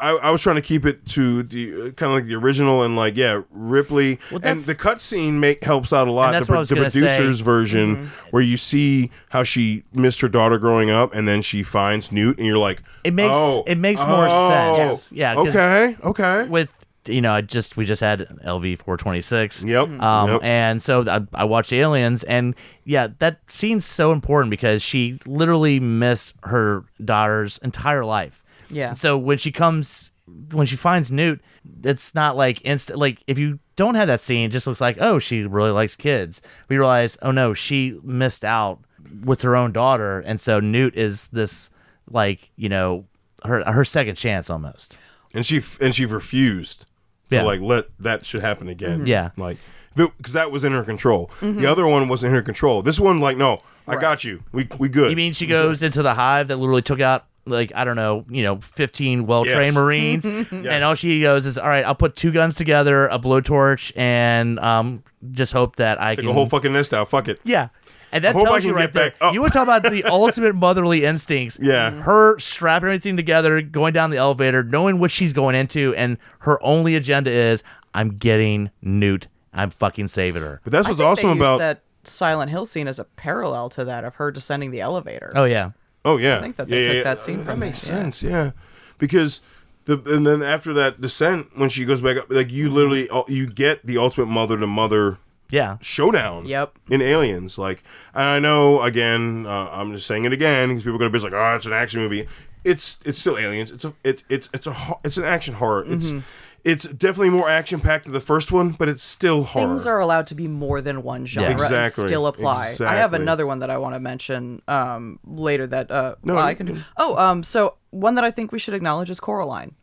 S1: I, I was trying to keep it to the kind of like the original and like yeah Ripley
S2: Well,
S1: and
S2: that's-
S1: the cutscene make helps out a lot.
S2: And that's
S1: the,
S2: what I was
S1: the
S2: gonna say. Mm-hmm.
S1: producer's version where you see how she missed her daughter growing up and then she finds Newt and you're like
S2: It makes-
S1: oh,
S2: it makes more
S1: oh,
S2: sense. Yeah, 'cause-
S1: Okay. Okay.
S2: with you know, I just we just had LV four twenty six.
S1: Yep.
S2: Um,
S1: Yep.
S2: and so I, I watched Aliens, and yeah, that scene's so important because she literally missed her daughter's entire life.
S3: Yeah.
S2: And so when she comes, when she finds Newt, it's not like instant. Like if you don't have that scene, it just looks like oh she really likes kids. We realize oh no she missed out with her own daughter, and so Newt is this like you know her her second chance almost.
S1: and she f- and she refused to
S2: Yeah. Mm-hmm.
S1: like let that should happen again.
S2: Yeah. Mm-hmm.
S1: like because that was in her control. The other one wasn't in her control. This one, like, no, I got you. We we good.
S2: You mean she goes into the hive that literally took out like I don't know, you know, fifteen
S1: Yes.
S2: well-trained Marines, and all she goes is, "All right, I'll put two guns together, a blowtorch, and um, just hope that I
S1: Take
S2: can."
S1: a whole fucking nest out. Fuck it.
S2: yeah, and that
S1: I hope I
S2: tells you
S1: can
S2: right
S1: get
S2: there.
S1: back up.
S2: You want to talk about the ultimate motherly instincts?
S1: Yeah. Mhm.
S2: her strapping everything together, going down the elevator, knowing what she's going into, and her only agenda is, "I'm getting Newt. I'm fucking saving her."
S1: But that's
S3: I
S1: what's
S3: think they
S1: awesome
S3: used
S1: about.
S3: that Silent Hill scene as a parallel to that of her descending the elevator.
S2: Oh yeah,
S1: Oh yeah, I
S3: think that they
S1: yeah,
S3: took
S1: yeah,
S3: that scene
S1: That
S3: from
S1: makes
S3: it, yeah.
S1: sense. Yeah. because the and then after that descent, when she goes back up, like you literally
S3: Mm-hmm.
S1: you get the ultimate mother to mother
S2: yeah.
S1: showdown.
S3: Yep.
S1: In Aliens, like and I know again, uh, I'm just saying it again because people are gonna be like, oh, it's an action movie. It's it's still Aliens. It's a it's it's it's a ho- it's an action horror. It's
S3: Mm-hmm.
S1: it's definitely more action packed than the first one, but it's still horror.
S3: Things are allowed to be more than one genre
S1: Exactly,
S3: and still apply. I have
S1: exactly.
S3: another one that I want to mention um, later that uh,
S1: No,
S3: well,
S1: you
S3: I can do.
S1: can-
S3: Oh, um, so one that I think we should acknowledge is Coraline,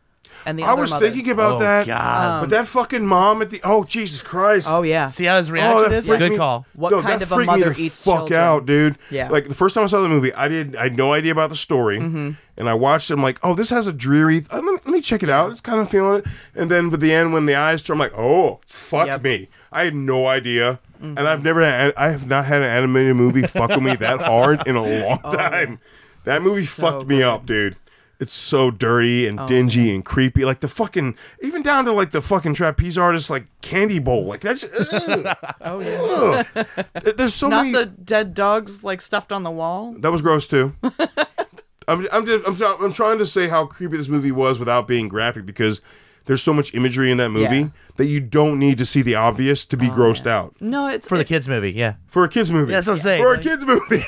S3: and the
S1: I
S3: other
S1: was
S3: mother.
S1: thinking about
S2: Oh,
S1: that,
S2: God.
S1: but that fucking mom at the oh Jesus Christ!
S3: Oh yeah,
S2: See how his
S1: Oh,
S2: reaction
S1: that
S2: is.
S1: freaked
S2: Good
S1: me-
S2: call.
S3: What
S1: No,
S3: kind
S1: that
S3: of a
S1: freaked me
S3: mother
S1: the
S3: eats
S1: fuck
S3: children?
S1: out, dude?
S3: Yeah.
S1: Like the first time I saw the movie, I did I had no idea about the story,
S3: Mm-hmm.
S1: and I watched it. I'm like, oh, this has a dreary. uh, Let me, let me check it out. It's kind of feeling it. And then with the end, when the eyes turn, I'm like, oh, fuck
S3: Yep. Mm-hmm.
S1: me. I had no idea, and I've never had, I have not had an animated movie fuck with me that hard in a long time. That movie
S3: Oh. so
S1: fucked me
S3: good. Oh,
S1: up, dude. It's so dirty and dingy and creepy. Like the fucking, even down to like the fucking trapeze artist, like candy bowl. Like that's. ugh.
S3: oh yeah.
S1: Ugh. There- There's so
S3: Not
S1: many.
S3: the dead dogs like stuffed on the wall.
S1: That was gross too. I'm I'm, just, I'm try- I'm trying to say how creepy this movie was without being graphic because there's so much imagery in that movie
S3: Yeah. Oh,
S1: that you don't need to see the obvious to be grossed out
S3: No, it's
S2: For the
S3: it-
S2: kids movie, yeah.
S1: for a kids movie.
S2: That's what I'm saying,
S1: For a
S2: like-
S1: kids movie.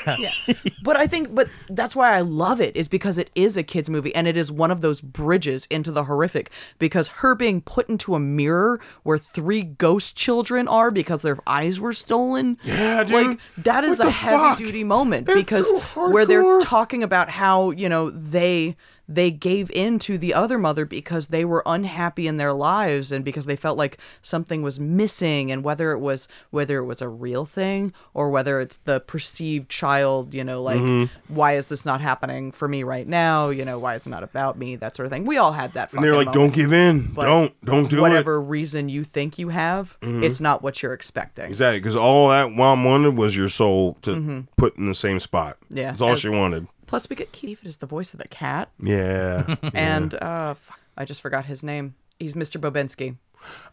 S3: But I think, but that's why I love it is because it is a kids movie and it is one of those bridges into the horrific. Because her being put into a mirror where three ghost children are because their eyes were stolen,
S1: Yeah, dude.
S3: like that is
S1: What
S3: a
S1: the
S3: heavy
S1: fuck?
S3: duty moment
S1: That's
S3: because
S1: so
S3: where they're
S1: hardcore.
S3: talking about how you know they they gave in to the other mother because they were unhappy in their lives and because they felt like something was missing and whether it was whether it was a real thing or whether it's the perceived child you know like
S1: Mm-hmm.
S3: why is this not happening for me right now you know why is it not about me that sort of thing we all had that
S1: And they're like, don't give in. don't don't do it. Mm-hmm.
S3: whatever reason you think you have it's not what you're expecting
S1: Exactly, because all that mom wanted was your soul to put in the same spot.
S3: Mm-hmm. Yeah.
S1: that's all
S3: As-
S1: she wanted.
S3: plus we get keith as the voice of the cat
S1: Yeah.
S3: and uh, fuck, I just forgot his name. He's Mr. Bobensky.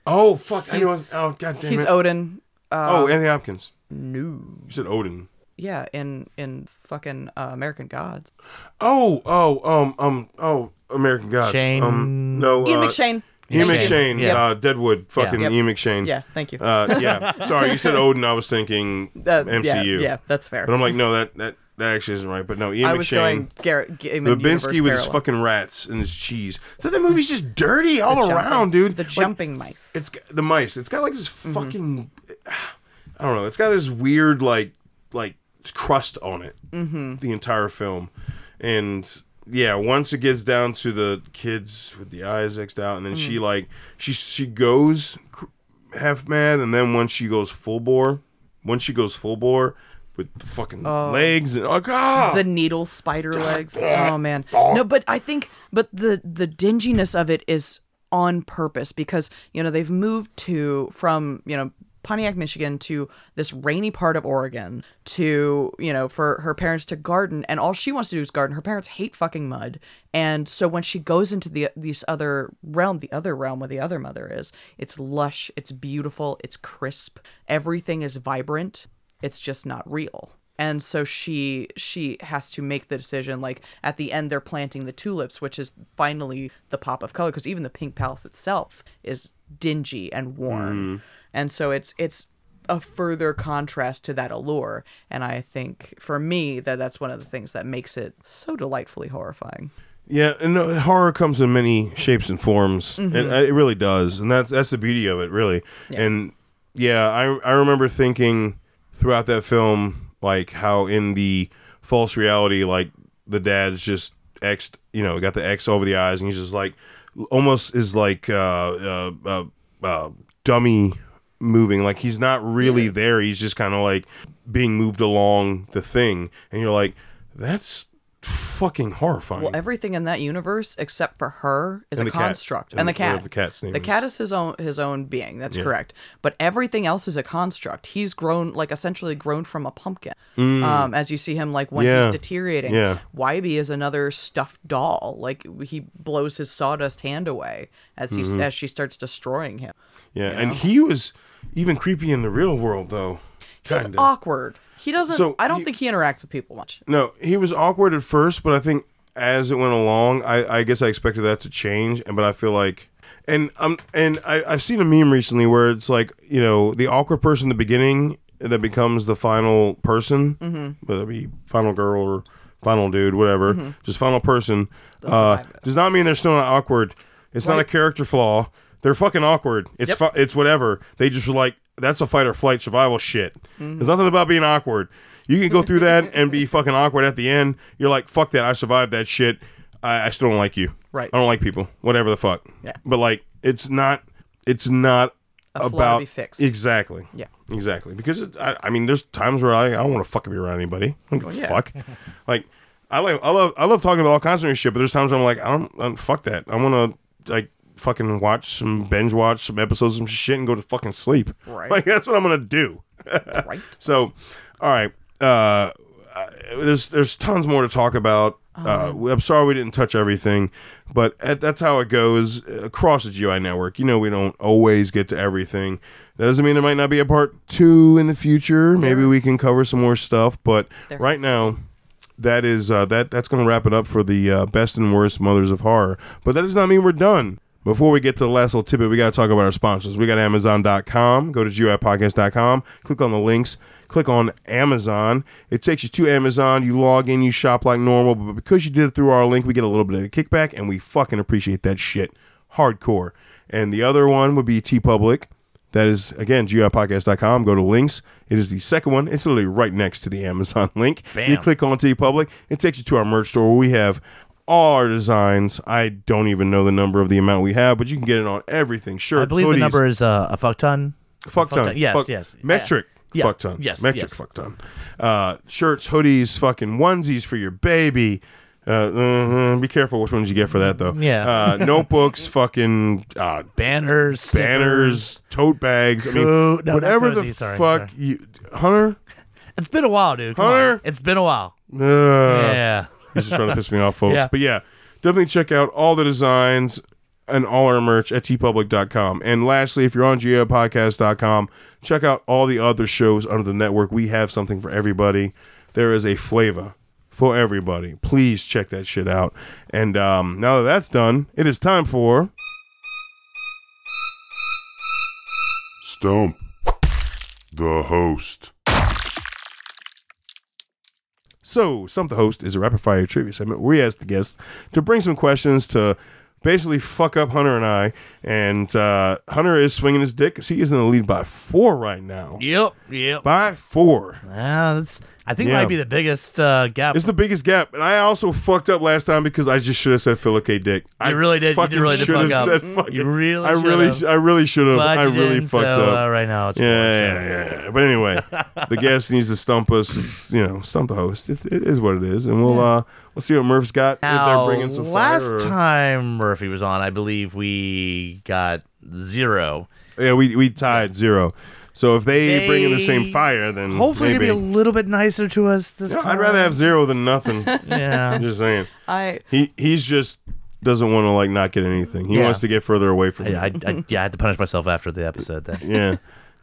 S1: oh fuck! I know. Oh god damn
S3: He's
S1: it.
S3: Odin. Uh,
S1: oh, Anthony Hopkins.
S3: no.
S1: You said Odin.
S3: Yeah, in in fucking uh, American Gods.
S1: Oh, oh, um, um, oh, American Gods.
S2: Shane-
S1: Um, no.
S3: Ian
S1: uh,
S3: McShane.
S1: Ian
S2: McShane.
S1: McShane.
S2: Yeah.
S1: Uh, Deadwood. Fucking
S2: Yep.
S1: Ian McShane.
S3: Yeah, thank you.
S1: Uh, yeah. Sorry, you said Odin. I was thinking
S3: Uh,
S1: MCU.
S3: Yeah, yeah, that's fair.
S1: But I'm like, no, that that that actually isn't right. But no, Ian
S3: I
S1: McShane.
S3: was going Garrett Gaiman universe
S1: Babinski with his
S3: parallel.
S1: fucking rats and his cheese. So that movie's just dirty all
S3: The
S1: around,
S3: jumping-
S1: dude.
S3: The
S1: Like,
S3: jumping mice.
S1: it's got- the mice. It's got like this fucking. I don't know. It's got this weird like like crust on it. Mm-hmm. The entire film, and yeah, once it gets down to the kids with the eyes xed out, and then she like she she goes cr- half mad, and then once she goes full bore, once she goes full bore with the fucking legs and oh god,
S3: the needle spider legs. Oh man. No, but I think but the the dinginess of it is on purpose because you know they've moved to from you know Pontiac, Michigan to this rainy part of Oregon to, you know, for her parents to garden and all she wants to do is garden. Her parents hate fucking mud. And so when she goes into the this other realm, the other realm where the other mother is, it's lush, it's beautiful, it's crisp. Everything is vibrant. It's just not real and so she she has to make the decision like at the end they're planting the tulips which is finally the pop of color because even the pink palace itself is dingy and warm and so it's it's a further contrast to that allure and i think for me that that's one of the things that makes it so delightfully horrifying
S1: Yeah, and no, horror comes in many shapes and forms, and uh, it really does, and that's that's the beauty of it, really. And yeah, I I remember thinking throughout that film, like how in the false reality, like the dad's just x, you know, got the X over the eyes, and he's just like almost is like uh, uh, uh, uh dummy moving, like he's not really there. He's just kind of like being moved along the thing, and you're like, that's fucking horrifying.
S3: well everything in that universe except for her is
S1: And
S3: a
S1: the cat.
S3: construct
S1: And
S3: and the
S1: whatever
S3: cat
S1: the cat's name
S3: the
S1: is.
S3: cat is his own his own being that's correct but everything else is a construct he's grown like essentially grown from a pumpkin um, as you see him like when
S1: Mm. Yeah.
S3: he's deteriorating
S1: Yeah.
S3: Wybie is another stuffed doll like he blows his sawdust hand away as
S1: Mm-hmm.
S3: he as she starts destroying him
S1: Yeah, and he was even creepy in the real world though.
S3: he's
S1: Kinda.
S3: awkward he doesn't
S1: So
S3: i don't
S1: he-
S3: think he interacts with people much
S1: no, he was awkward at first, but I think as it went along, I, I guess I expected that to change. And but I feel like, and um, and I, I've seen a meme recently where it's like you know the awkward person in the beginning that becomes the final person, mm-hmm. whether it be final girl or final dude, whatever, just final person. Uh, does not mean they're still not awkward. It's not a character flaw. They're fucking awkward. It's fu- it's whatever. They just were like, that's a fight or flight survival shit.
S3: Mm-hmm.
S1: There's nothing about being awkward. You can go through that and be fucking awkward at the end. You're like, fuck that. I survived that shit. I, I still don't like you.
S3: Right.
S1: I don't like people. Whatever the fuck.
S3: Yeah.
S1: But like, it's not. It's not
S3: A flaw to
S1: about
S3: be fixed.
S1: Exactly.
S3: Yeah.
S1: Exactly. Because it, I, I mean, there's times where I, I don't want to fucking be around anybody. I don't give a
S3: yeah.
S1: fuck. like I like I love I love talking about all kinds of weird shit, but there's times where I'm like I don't, I don't fuck that. I want to like fucking watch some binge watch some episodes of some shit and go to fucking sleep.
S3: Right.
S1: Like that's what I'm gonna do.
S3: right
S1: So, all right. Uh, uh, there's there's tons more to talk about. Uh, I'm sorry we didn't touch everything, but at, that's how it goes across the GI network. You know, we don't always get to everything. That doesn't mean there might not be a part two in the future. Maybe we can cover some more stuff, but right now. That is uh, that. That's going to wrap it up for the uh, best and worst mothers of horror. But that does not mean we're done. Before we get to the last little tidbit, we got to talk about our sponsors. We got Amazon.com. Go to GIPodcast.com. Click on the links. Click on Amazon. It takes you to Amazon. You log in. You shop like normal. But because you did it through our link, we get a little bit of a kickback, and we fucking appreciate that shit hardcore. And the other one would be T Public. That is, again, GIPodcast.com. Go to links. It is the second one. It's literally right next to the Amazon link.
S2: Bam.
S1: You click on T Public. It takes you to our merch store where we have all our designs. I don't even know the number of the amount we have, but you can get it on everything. Sure.
S2: I believe the number is uh, a fuck ton.
S1: Fuck
S2: fuck
S1: ton.
S2: ton. Yes,
S1: Fuck-
S2: yes.
S1: Metric.
S2: Yeah.
S1: Fuck ton.
S2: Yes,
S1: Metric
S2: yes.
S1: fuck ton. Uh, shirts, hoodies, fucking onesies for your baby. Uh, mhm, be careful which ones you get for that though.
S2: Yeah.
S1: Uh, notebooks, fucking uh,
S2: Banners, stickers.
S1: banners, tote bags. I mean,
S2: Cool. No, not
S1: whatever the
S2: cozy, sorry,
S1: fuck
S2: sorry.
S1: you, Hunter.
S2: It's been a while, dude. Come on.
S1: Hunter?
S2: It's been a while.
S1: Uh,
S2: yeah.
S1: He's just trying to piss me off, folks.
S2: Yeah.
S1: But yeah, definitely check out all the designs and all our merch at tpublic.com. And lastly, if you're on geopodcast.com, check out all the other shows under the network. We have something for everybody. There is a flavor for everybody. Please check that shit out. And um, now that that's done, it is time for.
S5: Stump the host.
S1: So, Stump the Host is a rapid fire trivia segment where we ask the guests to bring some questions to basically fuck up Hunter and I. And uh, Hunter is swinging his dick 'cause he is in the lead by four right now.
S2: Yep. Yep.
S1: By four.
S2: Yeah, that's. I think
S1: Yeah.
S2: might be the biggest uh, gap.
S1: It's the biggest gap. And I also fucked up last time because I just should have said Philip K. Dick. I
S2: really did. You
S1: fucking
S2: really did
S1: should have
S2: fuck up. Mm.
S1: said fucking-
S2: You really
S1: I really,
S2: should've.
S1: I really should have.
S2: but
S1: I
S2: you
S1: really
S2: didn't,
S1: fucked
S2: so,
S1: up.
S2: Uh, right now, it's
S1: Yeah, yeah, yeah, yeah. But anyway, the guest needs to stump us. It's, you know, stump the host. It, it is what it is, and we'll uh, we'll see what Murph's got.
S2: Now,
S1: if they're bringing some fire
S2: last
S1: or-
S2: time Murphy was on, I believe we got zero.
S1: yeah, we we tied zero. So if they, bring in the same
S2: They-
S1: fire, then
S2: Hopefully,
S1: maybe.
S2: they'll be a little bit nicer to us this
S1: No,
S2: time.
S1: I'd rather have zero than nothing. I'm
S2: Yeah.
S1: just saying.
S3: I
S1: He he's just doesn't want to like not get anything. He
S2: Yeah.
S1: wants to get further away from
S2: I,
S1: it.
S2: I, I, yeah, I had to punish myself after the episode. Then.
S1: yeah.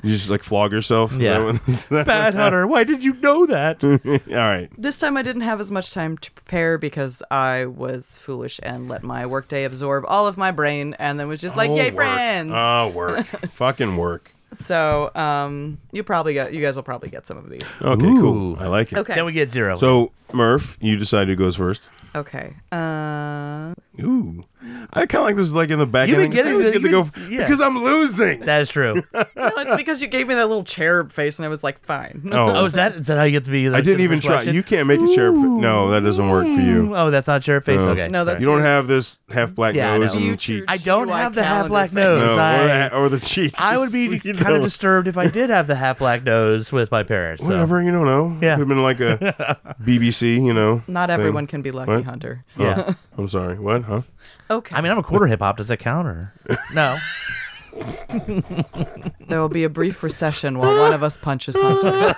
S1: You just like flog yourself.
S2: Yeah. Bad Hunter, why did you know that?
S1: All right.
S3: this time I didn't have as much time to prepare because I was foolish and let my workday absorb all of my brain and then was just like,
S1: Oh,
S3: "Yay,
S1: work.
S3: friends!"
S1: Oh, work. Fucking work.
S3: so, um, you probably got you guys will probably get some of these.
S1: Okay,
S2: Ooh.
S1: cool. I like it.
S3: Okay.
S2: Then we get zero.
S1: So Murph, you decide who goes first.
S3: Okay. Uh,
S1: Ooh, I kind of like this. is Like in the back,
S2: You've
S1: end.
S2: been getting
S1: I always
S2: the-
S1: get to
S2: you-
S1: go f-
S2: yeah.
S1: because I'm losing.
S2: that is true.
S3: no, it's because you gave me that little cherub face and I was like, "Fine."
S1: oh,
S2: Oh, is that is that how you get to be? The,
S1: I didn't even try. You can't make a chair. No, that doesn't work for you.
S2: Oh, that's not your face.
S1: No.
S2: Okay.
S3: No, that's-
S1: You don't have this half black
S2: Yeah, I
S1: nose
S2: know.
S1: and
S3: You
S1: cheeks.
S2: I don't
S3: GY
S2: have the half black
S3: calendar
S1: no,
S2: nose.
S1: or,
S2: I,
S1: the, or the cheeks.
S2: I would be
S1: You
S2: kind of
S1: know.
S2: disturbed if I did have the half black nose with my parents. So.
S1: Whatever you don't know.
S2: Yeah.
S1: could have been like a BBC. You know.
S3: Not
S1: thing.
S3: everyone can be lucky,
S1: What?
S3: Hunter.
S2: Yeah.
S1: I'm sorry. What? Huh?
S3: Okay.
S2: I mean, I'm a quarter hip hop. Does that count or no?
S3: there will be a brief recession while one of us punches Hunter.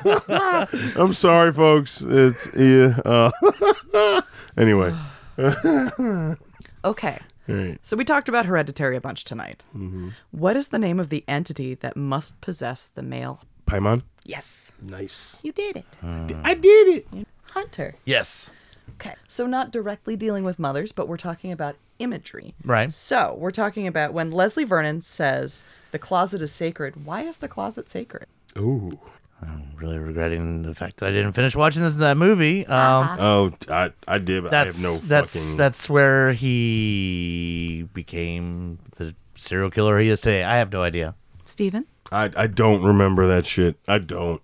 S1: I'm sorry, folks. It's yeah. Uh, anyway.
S3: okay.
S1: All right.
S3: So we talked about hereditary a bunch tonight.
S1: Mm-hmm.
S3: What is the name of the entity that must possess the male?
S1: Paimon.
S3: Yes,
S1: Nice.
S4: You did it.
S1: I did it.
S3: Hunter.
S2: Yes.
S4: Okay.
S3: So not directly dealing with mothers, but we're talking about imagery.
S2: Right.
S3: So we're talking about when Leslie Vernon says the closet is sacred. Why is the closet sacred?
S1: Ooh.
S2: I'm really regretting the fact that I didn't finish watching this that movie. Um,
S3: Uh-huh.
S1: Oh, I I did. But
S2: that's
S1: I have no
S2: that's
S1: fucking.
S2: that's where he became the serial killer he is today. I have no idea.
S4: Steven?
S1: I I don't remember that shit. I don't.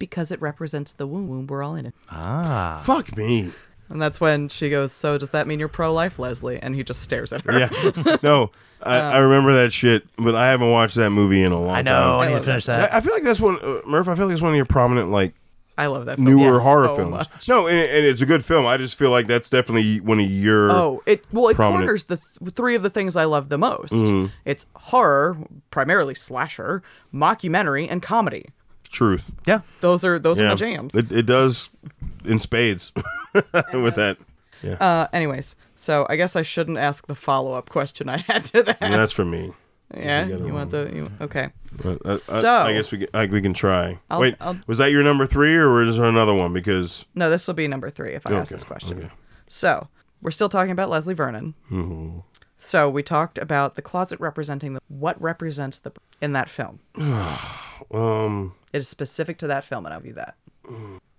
S3: Because it represents the womb. Womb. We're all in it.
S2: Ah,
S1: Fuck me.
S3: And that's when she goes. So does that mean you're pro-life, Leslie? And he just stares at her.
S1: Yeah. No, I, I remember that shit, but I haven't watched that movie in a long time.
S2: I know. I need to finish that.
S1: I I feel like that's one, uh, Murph. I feel like it's one of your prominent like
S3: I love that. Film.
S1: newer
S3: Yes, Oh, uh,
S1: horror
S3: so
S1: films.
S3: much.
S1: No, and, and it's a good film. I just feel like that's definitely one of your.
S3: Oh, it well, it
S1: prominent. Mm-hmm.
S3: corners the th- three of the things I love the most. It's horror, primarily slasher, mockumentary, and comedy.
S1: truth.
S2: Yeah.
S3: Those are those are
S1: Yeah,
S3: my jams.
S1: It, it does in spades with that.
S3: Uh, anyways, so I guess I shouldn't ask the follow up question I had to that.
S1: And that's for me.
S3: yeah,
S1: the other
S3: you want the you, okay?
S1: But I, I-
S3: So-
S1: I, guess we can, I, we can try.
S3: I'll-
S1: Wait,
S3: I'll-
S1: was that your number three, or is there another one? Because
S3: No, this will be number three if I ask
S1: Okay,
S3: this question.
S1: okay.
S3: So we're still talking about Leslie Vernon.
S1: Mm-hmm.
S3: So we talked about the closet representing the what represents the in that film.
S1: um,
S3: It is specific to that film, and I'll be that.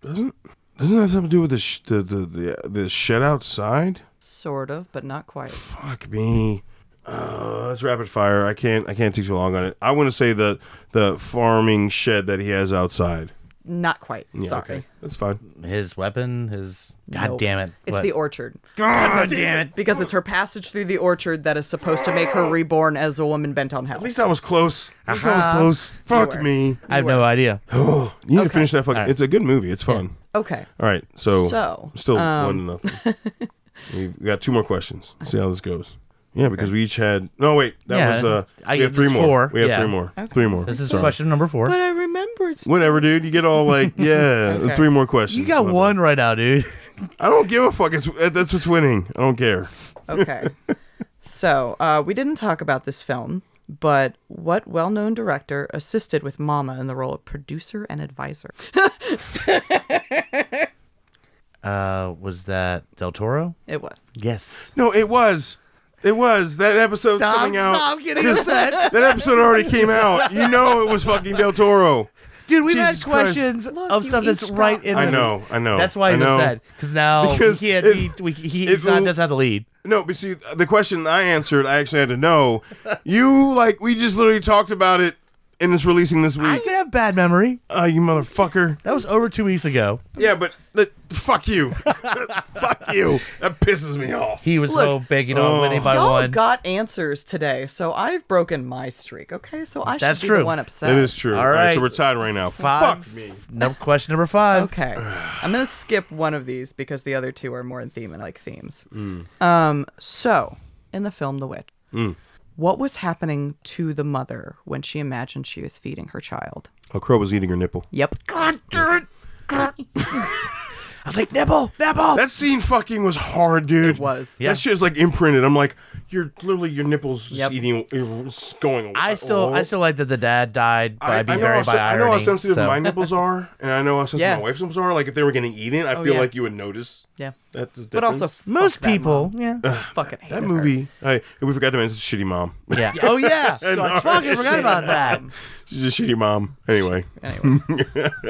S1: doesn't that have something to do with the sh- the, the the the shed outside?
S3: Sort of, but not quite.
S1: Fuck me. Uh, that's rapid fire. I can't. I can't take too long on it. I want to say the the farming shed that he has outside.
S3: Not quite. Sorry.
S1: That's fine.
S2: His weapon. His. God
S3: Nope.
S2: damn it.
S3: It's
S2: What?
S3: the orchard.
S2: God damn it.
S3: Because it's her passage through the orchard that is supposed to make her reborn as a woman bent on hell.
S1: At least I was close. At least I was close. Fuck
S3: Uh-huh. were.
S1: me.
S2: I have no idea.
S1: Oh, you need to finish that fucking.
S2: All right.
S1: It's a good movie. It's fun.
S3: Okay.
S1: All right. So,
S3: So, um,
S1: still one to nothing. We've got two more questions. See how this goes. Yeah, because we each had. No, wait. That
S2: Yeah,
S1: was. Uh,
S2: I-
S1: we have three
S2: it's
S1: more.
S2: four.
S1: We have
S2: Yeah.
S1: three more. Three more.
S2: This is
S1: Sorry.
S2: question number four.
S3: I remembered.
S1: Whatever, dude. You get all like, yeah,
S3: Okay.
S1: three more questions.
S2: You got
S1: My bad.
S2: one right now, dude.
S1: I don't give a fuck. It's uh, that's what's winning. I don't care.
S3: Okay. so, uh, we didn't talk about this film, but what well known director assisted with Mama in the role of producer and advisor?
S2: Uh, was that Del Toro?
S3: It was.
S2: Yes.
S1: No, it was. It was that episode's
S2: Stop,
S1: coming out.
S2: stop getting upset.
S1: That episode already came out. You know it was fucking Del Toro.
S2: Dude, we've
S1: Jesus
S2: had
S1: Christ.
S2: questions
S3: Look,
S2: of
S3: you
S2: stuff that's
S3: each got-
S2: right in
S1: I
S2: the
S1: know,
S2: news.
S1: I know,
S2: That's why
S1: I
S2: he's
S1: know.
S2: upset because now
S1: Because
S2: he can't.
S1: it-
S2: be, we, he,
S1: it
S2: he's not,
S1: will-
S2: doesn't have the lead.
S1: No, but see, the question I answered, I actually had to know. You like we just literally talked about it, and it's releasing this
S2: I
S1: week.
S2: could have bad memory.
S1: Uh, you motherfucker.
S2: That was over two weeks ago.
S1: Yeah, but but fuck you, fuck you. That pisses me off.
S2: He was
S3: Look,
S2: so big, you know, winning by
S3: Y'all
S2: one.
S3: got answers today, so I've broken my streak. Okay, so I should
S2: That's
S3: be
S2: true.
S3: the one upset.
S1: That is true.
S2: All
S1: All right. so
S2: right.
S1: we're tied right now.
S2: Five.
S1: Fuck me.
S2: No question number five.
S3: Okay. I'm going to skip one of these because the other
S2: Mm.
S3: two are more in theme and I like themes. Um, so, in the film The Witch, What was happening to the mother when she imagined she was feeding her child?
S1: A crow was eating her nipple.
S3: Yep.
S2: God damn it. God. I was like, nibble, nibble.
S1: That scene fucking was hard, dude. It
S3: was.
S2: Yeah.
S1: That shit's like imprinted. I'm like, you're literally your nipples just
S3: Yep.
S1: eating, it's going. away.
S2: I still, I still like that the dad died by being
S1: know how
S2: buried by
S1: sen- I
S2: irony.
S1: know how sensitive
S2: so-
S1: my nipples are, and I know how sensitive
S3: Yeah.
S1: my wife's nipples are. Like if they were getting eaten, I
S3: Oh,
S1: feel
S3: yeah.
S1: like you would notice.
S3: Yeah.
S1: That's the
S3: But also,
S1: difference.
S2: most
S3: fuck that
S2: people,
S3: mom.
S2: yeah,
S3: fucking hated
S1: that
S3: her.
S1: movie. I, we forgot to mention Shitty Mom.
S2: yeah. Oh yeah,
S3: Such a
S2: fucking forgot
S3: shitty
S2: about that.
S3: mom.
S1: She's a shitty mom. Anyway,
S3: Anyways.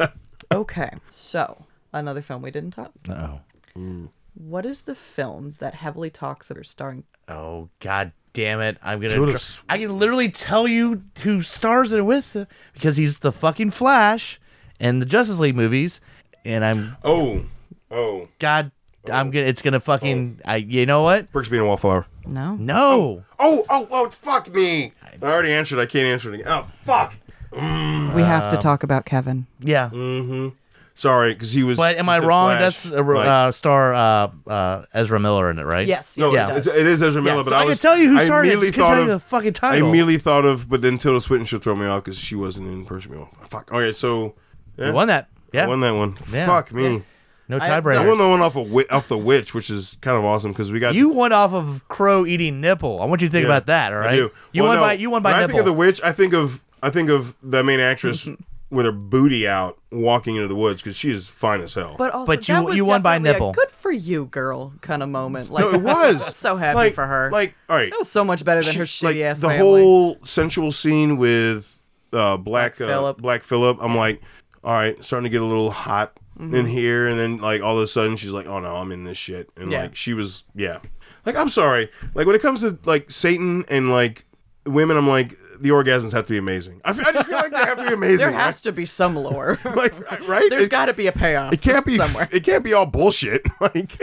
S3: okay, so another film we didn't talk.
S2: Oh,
S3: What is the film that heavily talks about starring?
S2: oh god damn it! I'm gonna.
S1: Killer
S2: dr-
S1: Sw-
S2: I can literally tell you who stars it with uh, because he's the fucking Flash and the Justice League movies, and I'm
S1: oh, oh,
S2: god. I'm gonna. It's gonna fucking. I. You know what?
S1: Brooks being a wallflower.
S3: No.
S2: No.
S1: Oh, oh, oh! Fuck me! I already answered. I can't answer it again. Oh, fuck! Mm.
S3: We have to talk about Kevin.
S2: Yeah.
S1: Sorry, because he was.
S2: But am
S1: he
S2: I
S1: said
S2: wrong?
S1: Flash.
S2: That's uh,
S1: Right.
S2: uh, star uh, uh, Ezra Miller in it, right?
S3: Yes.
S1: No,
S3: yes
S2: Yeah.
S3: it
S1: it's,
S3: does.
S1: it is Ezra Miller.
S2: Yeah,
S1: but
S2: so
S1: I,
S2: I
S1: was,
S2: could tell you who started it.
S1: immediately
S2: Just couldn't
S1: thought
S2: tell you
S1: of-
S2: the fucking
S1: I
S2: title.
S1: immediately thought of, but then Tilda Swinton threw me off because she wasn't in person. Me off. Fuck. Okay, so
S2: You won that. Yeah.
S1: I won that one.
S2: Yeah.
S1: Fuck me.
S2: No
S3: I-
S1: I
S2: tiebreaker.
S1: won the one off of wi- off the witch, which is kind of awesome because we got
S2: You won off of crow eating nipple. I want you to think
S1: Yeah,
S2: about that. All
S1: I
S2: right.
S1: do.
S2: You
S1: Well,
S2: won
S1: no,
S2: by you won by
S1: when I
S2: nipple.
S1: think of the witch. I think of I think of the main actress with her booty out walking into the woods because she is fine as hell.
S3: But also,
S2: But you-
S3: that was
S2: you won by
S3: definitely a
S2: nipple.
S3: good for you, girl, kind of moment. Like
S1: No, it was.
S3: I'm so happy
S1: like
S3: for her.
S1: Like all right,
S3: that was so much better than
S1: she-
S3: her shitty
S1: like,
S3: ass
S1: the
S3: family.
S1: whole sensual scene with uh, Black
S3: Black
S1: uh,
S3: Phillip.
S1: Black Phillip. I'm like, all right, starting to get a little hot
S3: Mm-hmm.
S1: in here, and then like all of a sudden she's like, oh no, I'm in this shit, and
S3: Yeah.
S1: like she was, yeah. Like I'm sorry, like when it comes to like Satan and like women, I'm like the orgasms have to be amazing. I, fe- I just feel like they have to be amazing.
S3: there has to be some lore.
S1: like right?
S3: There's
S1: It-
S3: got to be a payoff.
S1: it can't be
S3: somewhere.
S1: It can't be all bullshit. Like,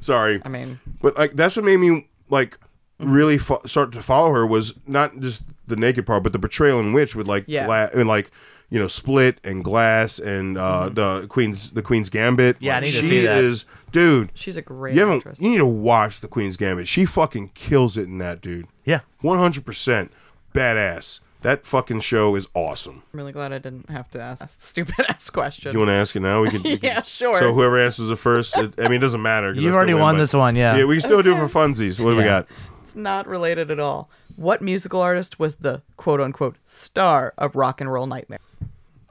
S1: sorry.
S3: I mean,
S1: But like that's what made me like
S2: Mm-hmm.
S1: really fo- start to follow her was not just the naked part, but the portrayal in which with like
S3: Yeah.
S1: gla- and like you know split and glass and uh, the queen's the queen's gambit.
S2: Mm-hmm. Yeah, I
S1: Like,
S2: need to
S1: she
S2: see that.
S1: is dude.
S3: she's a great
S1: You haven't.
S3: actress.
S1: You need to watch the queen's gambit. She fucking kills it in that dude.
S2: yeah.
S1: one hundred percent badass. That fucking show is awesome.
S3: I'm really glad I didn't have to ask the stupid ass question.
S1: You want to ask it now? We can. we can-
S3: Yeah, sure.
S1: So whoever answers it first, it, I mean, it doesn't matter. 'cause
S2: You've
S1: I still
S2: already
S1: win,
S2: won
S1: but-
S2: this one, yeah.
S1: Yeah, we can still do it for funsies. What do we
S2: Yeah.
S1: got?
S3: It's not related at all. What musical artist was the quote unquote star of Rock and Roll Nightmare?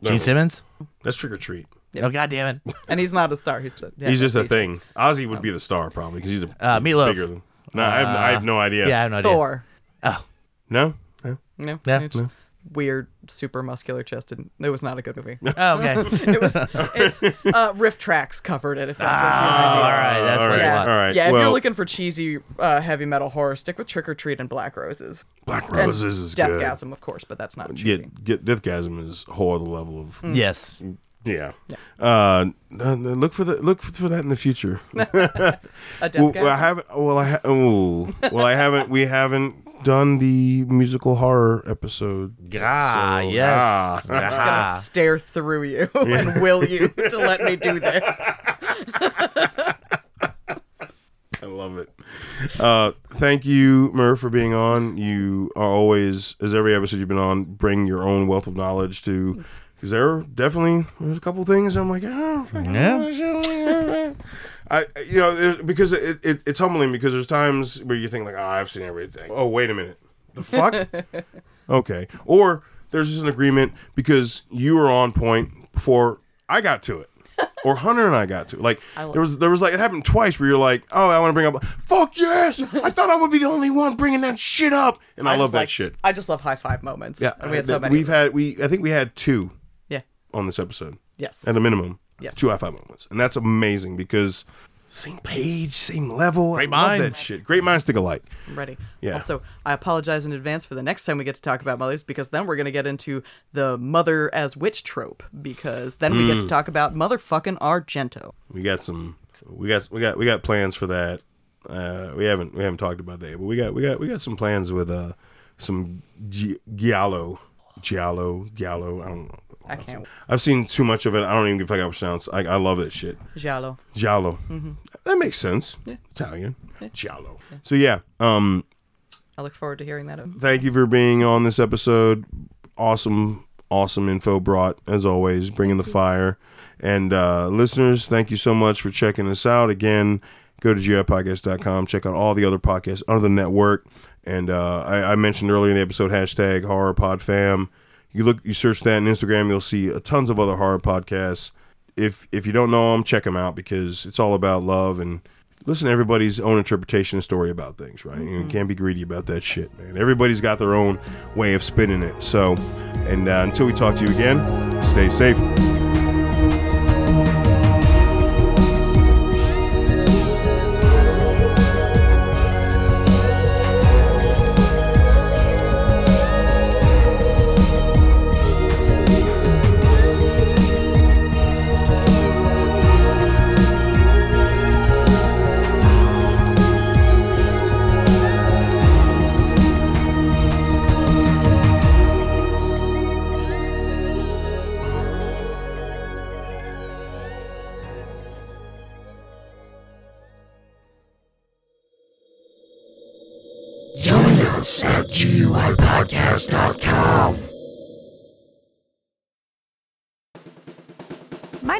S2: Gene Simmons.
S1: That's trick or treat.
S2: Oh god damn it.
S3: And he's not a star. He's, yeah,
S1: he's just a
S3: DJ.
S1: thing. Ozzy would be the star probably because he's a
S2: Oh. Uh,
S1: he's
S2: Meatloaf.
S1: bigger than. No, I, have, I have no idea.
S2: Yeah. I have no idea.
S3: Thor.
S2: Oh.
S1: No. No?
S3: No,
S2: Yeah.
S3: it's just weird, super muscular chested. It was not a good movie.
S2: Oh, okay.
S3: it was, it's uh, riff tracks covered it. If that
S2: Oh, all
S3: gives you an idea.
S2: right. That's
S1: All
S2: what's
S1: right.
S3: Yeah,
S2: up.
S1: All right,
S3: yeah. If
S1: well-
S3: you're looking for cheesy uh, heavy metal horror, stick with Trick or Treat and Black Roses.
S1: Black
S3: And
S1: Roses is good.
S3: Deathgasm, of course, but that's not cheesy.
S1: Get, get Deathgasm is a whole other level of
S2: Mm. Yes.
S1: yeah. Uh, no, no, look for the look for that in the future.
S3: A Deathgasm.
S1: Well, well, I haven't. Well, I ha- oh, well, I haven't. We haven't done the musical horror episode.
S2: Ah,
S1: So,
S2: yes.
S1: ah.
S3: gonna
S2: Ah.
S3: stare through you and will you to let me do this.
S1: I love it. Uh, thank you, Mur, for being on. You are always, as every episode you've been on, bring your own wealth of knowledge to. Because there are definitely there's a couple things I'm like, oh, fuck,
S2: Yeah.
S1: I you know there's- because it, it it's humbling because there's times where you think like, oh, I've seen everything. Oh, wait a minute, the fuck. okay, or there's just an agreement because you were on point before I got to it. Or Hunter and I got to it. like there was there was like it happened twice where you're like oh I want to bring up fuck yes I thought I would be the only one bringing that shit up and I, love
S3: just
S1: that
S3: like-
S1: shit
S3: I just love high five moments.
S1: yeah
S3: and we had so many.
S1: we've had we I think we had two
S3: yeah.
S1: on this episode
S3: Yes.
S1: at a minimum.
S3: Yes.
S1: Two high five moments. And that's amazing because same page, same level. Great minds. that shit. Great minds think alike.
S3: I'm ready.
S1: Yeah.
S3: Also, I apologize in advance for the next time we get to talk about mothers because then we're going to get into the mother as witch trope because then we
S1: Mm.
S3: get to talk about motherfucking Argento.
S1: We got some we got we got we got plans for that. Uh, we haven't we haven't talked about that, yet, but we got we got we got some plans with uh some Gi- Giallo. Giallo, Giallo, I don't know.
S3: I can't.
S1: I've seen too much of it. I don't even give a fuck how it sounds. I, I love that shit.
S3: Giallo.
S1: Giallo. That makes sense. Italian. Giallo. So yeah, um
S3: I look forward to hearing that.
S1: Thank you for being on this episode. Awesome, awesome info brought as always, bringing the fire. And uh, listeners, thank you so much for checking us out. Again, go to gipodcast.com, check out all the other podcasts under the network. And uh, I, I mentioned earlier in the episode hashtag horror pod fam. You look, you search that on Instagram, you'll see uh, tons of other horror podcasts. If if you don't know them, check them out because it's all about love and listen to everybody's own interpretation and story about things, right? You can't be greedy about that shit, man. Everybody's got their own way of spinning it. So, and uh, until we talk to you again, stay safe.
S5: Join us at GUIPodcast.com.
S4: My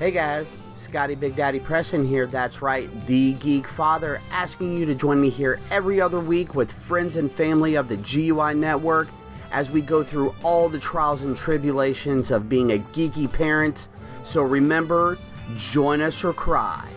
S6: Hey guys, Scotty Big Daddy Preston here. That's right, the Geek Father, asking you to join me here every other week with friends and family of the GUI Network as we go through all the trials and tribulations of being a geeky parent. So remember, join us or cry.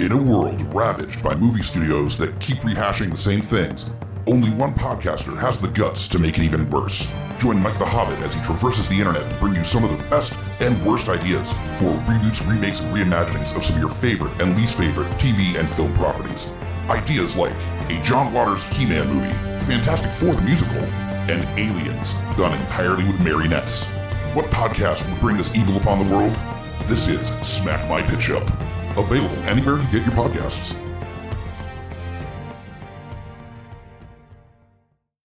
S5: In a world ravaged by movie studios that keep rehashing the same things, only one podcaster has the guts to make it even worse. Join Mike the Hobbit as he traverses the internet to bring you some of the best and worst ideas for reboots, remakes, and reimaginings of some of your favorite and least favorite TV and film properties. Ideas like a John Waters He Man movie, Fantastic Four the musical, and Aliens, done entirely with marionettes. What podcast would bring this evil upon the world? This is Smack My Pitch Up. Available anywhere you get your podcasts.